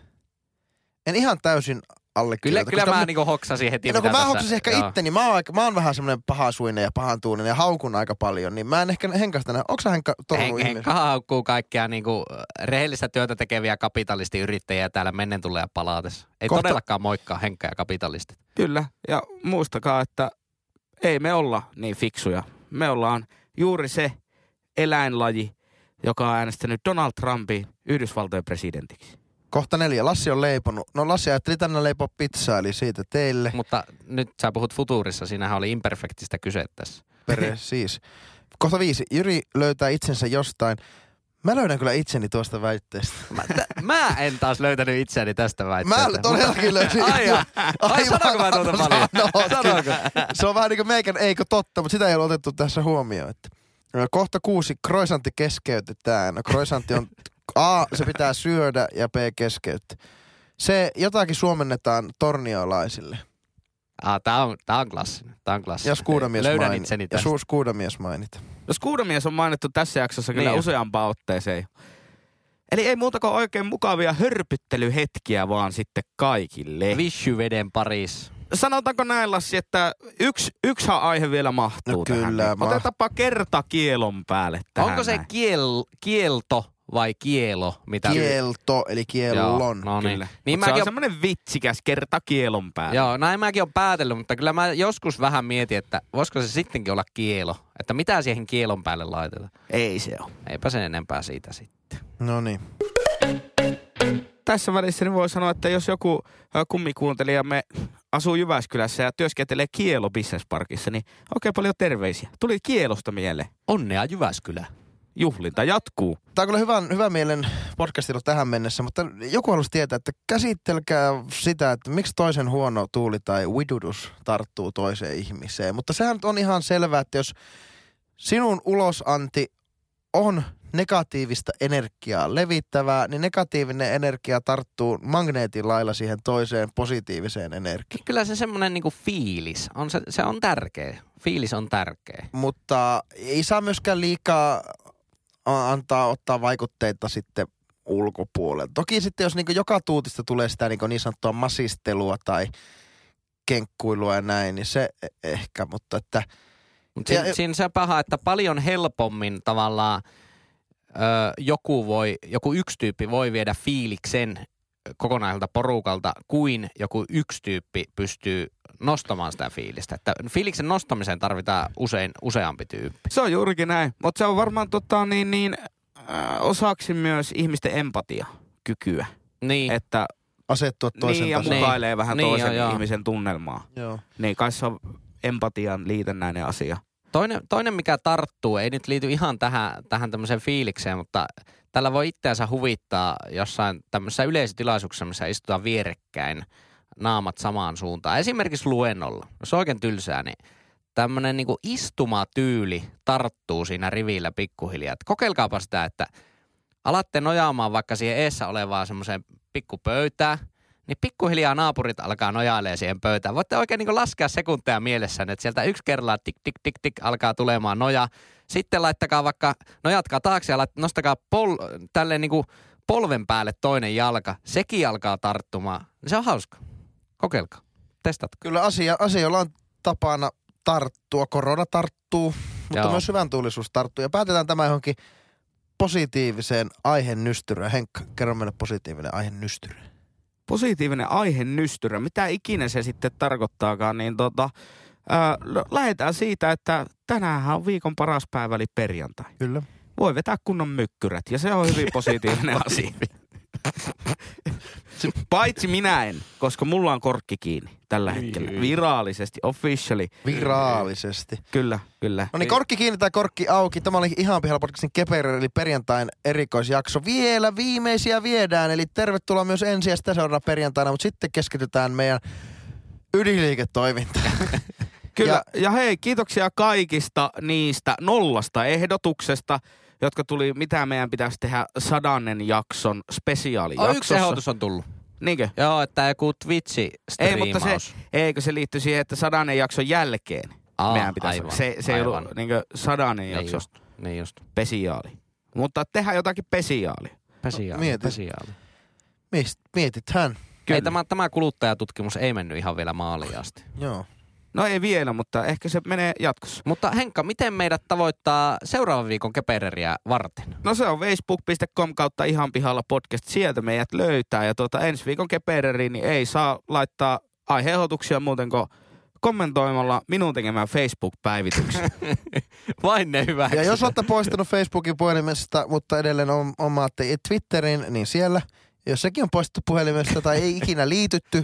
Speaker 1: En ihan täysin
Speaker 2: Kyllä,
Speaker 1: allekirjoita.
Speaker 2: kyllä
Speaker 1: koska
Speaker 2: mä
Speaker 1: mu-
Speaker 2: niinku hoksasin heti.
Speaker 1: No kun
Speaker 2: mitä
Speaker 1: mä
Speaker 2: tässä-
Speaker 1: hoksasin ehkä
Speaker 2: joo.
Speaker 1: itteni, mä oon, aika, mä oon vähän semmonen pahasuinen ja pahantuunen ja haukun aika paljon, niin mä en ehkä Henkasta näe. Onks sä Henkka torunut
Speaker 2: Hen-
Speaker 1: ihmisiä?
Speaker 2: Henkka haukkuu kaikkia niinku, äh, rehellistä työtä tekeviä kapitalistiyrittäjiä täällä mennen tulee palautessa. Ei
Speaker 1: Kohta-
Speaker 2: todellakaan moikkaa Henkka ja kapitalistit.
Speaker 4: Kyllä, ja muistakaa, että ei me olla niin fiksuja. Me ollaan juuri se eläinlaji, joka on äänestänyt Donald Trumpin Yhdysvaltojen presidentiksi.
Speaker 1: Kohta neljä. Lassi on leiponut. No Lassi ajatteli tänne leipoa pizzaa, eli siitä teille.
Speaker 2: *laughs* Mutta nyt sä puhut futuurissa, siinähän oli imperfektistä kyse tässä.
Speaker 1: Pere, siis. Kohta viisi. Jyri löytää itsensä jostain. Mä löydän kyllä itseni tuosta väitteestä.
Speaker 2: Mä, t- mä en taas löytänyt itseäni tästä väitteestä.
Speaker 1: Mä
Speaker 2: *laughs*
Speaker 1: todellakin löysin.
Speaker 2: Ai joo. Ai, sanonko mä tuota paljon?
Speaker 1: Sanoinko? Se on vähän niin kuin meikän eikö totta, mutta sitä ei ole otettu tässä huomioon. Että. No, Kohta kuusi. Kroisantti keskeytetään. No, Kroisantti on A, se pitää syödä ja B, keskeyttää. Se jotakin suomennetaan torniolaisille.
Speaker 2: Ah, tää on, tää on klassinen. Tää on klassinen.
Speaker 1: Ja skuudamies
Speaker 2: Löydän
Speaker 1: mainita.
Speaker 2: itseni
Speaker 1: Ja
Speaker 2: tästä.
Speaker 1: su- skuudamies mainita.
Speaker 4: No Skuudamies on mainittu tässä jaksossa kyllä
Speaker 2: Niin.
Speaker 4: niin. useampaan otteeseen. Eli ei muuta kuin oikein mukavia hörpyttelyhetkiä vaan sitten kaikille. Vi-
Speaker 2: Vishyveden parissa.
Speaker 4: Sanotaanko näin Lassi, että yksi, yksihän aihe vielä mahtuu
Speaker 1: No
Speaker 4: tähän.
Speaker 1: kyllä,
Speaker 4: niin
Speaker 1: ma-
Speaker 4: Otetaanpa kerta kielon päälle tähän
Speaker 2: Onko se
Speaker 4: näin.
Speaker 2: kiel, kielto vai kielo? Mitä
Speaker 1: Kielto, eli kiellon.
Speaker 2: Joo, no niin.
Speaker 4: Kyllä.
Speaker 2: niin
Speaker 4: Niin se on
Speaker 2: mäkin on,
Speaker 4: semmoinen vitsikäs kerta kielon päälle.
Speaker 2: joo, näin mäkin on päätellyt, mutta kyllä mä joskus vähän mietin, että voisiko se sittenkin olla kielo. Että mitä siihen kielon päälle laitetaan.
Speaker 4: Ei se ole.
Speaker 2: Eipä sen enempää siitä sitten.
Speaker 1: No niin.
Speaker 4: tässä välissä niin voi sanoa, että jos joku ö, kummikuuntelijamme asuu Jyväskylässä ja työskentelee Kielo Business Parkissa, niin oikein paljon terveisiä. Tuli Kielosta mieleen.
Speaker 2: Onnea Jyväskylä.
Speaker 4: Juhlinta jatkuu.
Speaker 1: Tämä on kyllä hyvän, hyvän mielen podcastilla tähän mennessä, mutta joku halusi tietää, että käsittelkää sitä, että miksi toisen huono tuuli tai widudus tarttuu toiseen ihmiseen. Mutta sehän nyt on ihan selvää, että jos sinun ulosanti on negatiivista energiaa levittävää, niin negatiivinen energia tarttuu magneetin lailla siihen toiseen positiiviseen energiaan.
Speaker 2: Kyllä se semmoinen niinku fiilis, on se, se on tärkeä. Fiilis on tärkeä.
Speaker 1: Mutta ei saa myöskään liikaa a- antaa ottaa vaikutteita sitten ulkopuolelle. Toki sitten jos niin joka tuutista tulee sitä niin, niin sanottua masistelua tai kenkkuilua ja näin, niin se e- ehkä, mutta että
Speaker 2: Mut
Speaker 1: Ja-
Speaker 2: siinä, siinä se paha, että paljon helpommin tavallaan ö, joku, voi, joku yksi tyyppi voi viedä fiiliksen kokonaiselta porukalta, kuin joku yksi tyyppi pystyy nostamaan sitä fiilistä. Että fiiliksen nostamiseen tarvitaan usein useampi tyyppi.
Speaker 4: Se on juurikin näin. Mutta se on varmaan tota, niin, niin, äh, osaksi myös ihmisten empatiakykyä.
Speaker 2: Niin, Et,
Speaker 4: Että
Speaker 1: asettua toisen
Speaker 4: niin, ja
Speaker 1: tasolle.
Speaker 2: mukaan.
Speaker 4: mukailee vähän
Speaker 2: Niin,
Speaker 4: toisen
Speaker 2: joo, joo.
Speaker 4: ihmisen tunnelmaa.
Speaker 1: Joo.
Speaker 4: Niin kai se on empatian liitännäinen asia.
Speaker 2: toinen, toinen, mikä tarttuu, ei nyt liity ihan tähän, tähän tämmöiseen fiilikseen, mutta tällä voi itseänsä huvittaa jossain tämmöisessä yleisötilaisuuksessa, missä istutaan vierekkäin naamat samaan suuntaan. Esimerkiksi luennolla, jos on oikein tylsää, niin tämmöinen niin istumatyyli tarttuu siinä rivillä pikkuhiljaa. Et kokeilkaapa sitä, että alatte nojaamaan vaikka siihen eessä olevaan semmoiseen pikkupöytään, niin pikkuhiljaa naapurit alkaa nojailemaan siihen pöytään. Voitte oikein niin laskea sekunteja mielessään, että sieltä yksi kerrallaan tik, tik, tik, tik alkaa tulemaan noja. Sitten laittakaa vaikka, nojatkaa taakse ja lait- nostakaa pol, tälleen niin kuin polven päälle toinen jalka, sekin alkaa tarttumaan. Se on hauska. Kokeilkaa. Testatkaa.
Speaker 1: Kyllä asia, asioilla on tapana tarttua. Korona tarttuu, mutta
Speaker 2: Joo.
Speaker 1: myös hyvän tuulisuus tarttuu. Ja päätetään tämä johonkin positiiviseen aihennystyrään. Henkka, kerro meille positiivinen aihennystyrä.
Speaker 4: positiivinen aihe nystyrä, mitä ikinä se sitten tarkoittaakaan, niin tota, ää, l- lähdetään siitä, että tänäänhän on viikon paras päivä, eli perjantai.
Speaker 1: Kyllä.
Speaker 4: Voi vetää kunnon mykkyrät, ja se on
Speaker 2: *laughs*
Speaker 4: hyvin positiivinen asia. Se- Paitsi minä en, koska mulla on korkki kiinni tällä
Speaker 2: Niin,
Speaker 4: hetkellä. Virallisesti, officially.
Speaker 1: Viraalisesti.
Speaker 4: Kyllä, kyllä.
Speaker 1: No niin, korkki kiinni tai korkki auki. Tämä oli ihan pihalla podcastin keperö, eli perjantain erikoisjakso. Vielä viimeisiä viedään, eli tervetuloa myös ensi ja sitä seuraavana perjantaina, mutta sitten keskitytään meidän ydinliiketoimintaan. *laughs*
Speaker 4: Kyllä, ja, ja hei, kiitoksia kaikista niistä nollasta ehdotuksesta, jotka tuli, mitä meidän pitäisi tehdä sadannen jakson
Speaker 2: Oh, yksi
Speaker 4: spesiaalijaksossa.
Speaker 2: ehdotus on tullut.
Speaker 4: Niinkö?
Speaker 2: Joo, että joku twitchi
Speaker 4: Ei, mutta se, eikö se liittyy siihen, että sadannen jakson jälkeen
Speaker 2: Aa,
Speaker 4: meidän pitäisi.
Speaker 2: aivan,
Speaker 4: se, se ei
Speaker 2: aivan.
Speaker 4: ollut niin sadannen
Speaker 2: Niin
Speaker 4: jakson
Speaker 2: just, niin just.
Speaker 4: spesiaali. Mutta tehdään jotakin spesiaalia.
Speaker 2: Pesiaali,
Speaker 1: Mieti.
Speaker 2: pesiaali.
Speaker 1: Mist, mietithän.
Speaker 2: Ei, tämä, tämä kuluttajatutkimus ei mennyt ihan vielä maaliin asti.
Speaker 1: Joo.
Speaker 4: No ei vielä, mutta ehkä se menee jatkossa.
Speaker 2: Mutta Henkka, miten meidät tavoittaa seuraavan viikon kepereriä varten? *laughs*
Speaker 4: No se on facebook.com kautta ihan pihalla podcast. Sieltä meidät löytää. Ja tuota, ensi viikon kepereriin niin ei saa laittaa aiheehdotuksia muuten kuin kommentoimalla minun tekemään Facebook-päivityksen.
Speaker 2: Vain ne hyvä.
Speaker 1: Ja jos olette poistanut Facebookin puhelimesta, mutta edelleen on, omaatte Twitterin, niin siellä. Jos sekin on poistettu puhelimesta tai ei ikinä liitytty,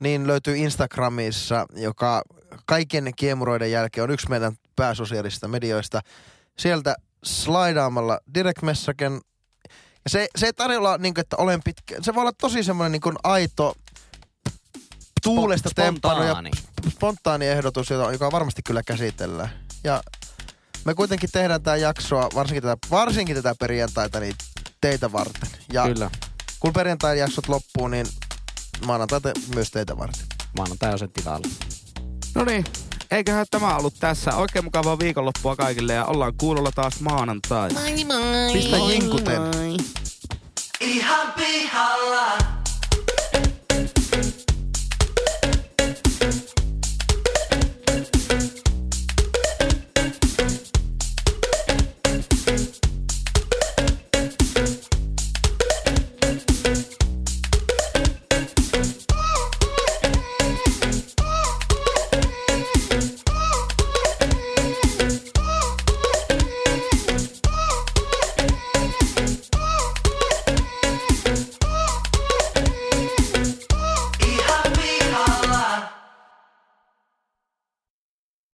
Speaker 1: niin löytyy Instagramissa, joka kaiken kiemuroiden jälkeen on yksi meidän pääsosiaalisista medioista. Sieltä slaidaamalla direct messagen. Ja se, se ei tarjolla, niin kuin, että olen pitkä. Se voi olla tosi semmoinen niin kuin aito, tuulesta temppano ja
Speaker 2: Spontaani.
Speaker 1: spontaani ehdotus, jota- joka varmasti kyllä käsitellään. Ja me kuitenkin tehdään tämä jaksoa, varsinkin tätä, varsinkin tätä perjantaita, niin teitä varten. Ja kyllä.
Speaker 2: Kyllä,
Speaker 1: kun perjantain jaksot loppuu, niin maanantai te, myös teitä varten.
Speaker 2: maanantai on sen tilalla.
Speaker 4: no niin, eiköhän tämä ollut tässä. Oikein mukavaa viikonloppua kaikille ja ollaan kuulolla taas maanantaina.
Speaker 1: Pistä jinkuten.
Speaker 3: ihan pihalla.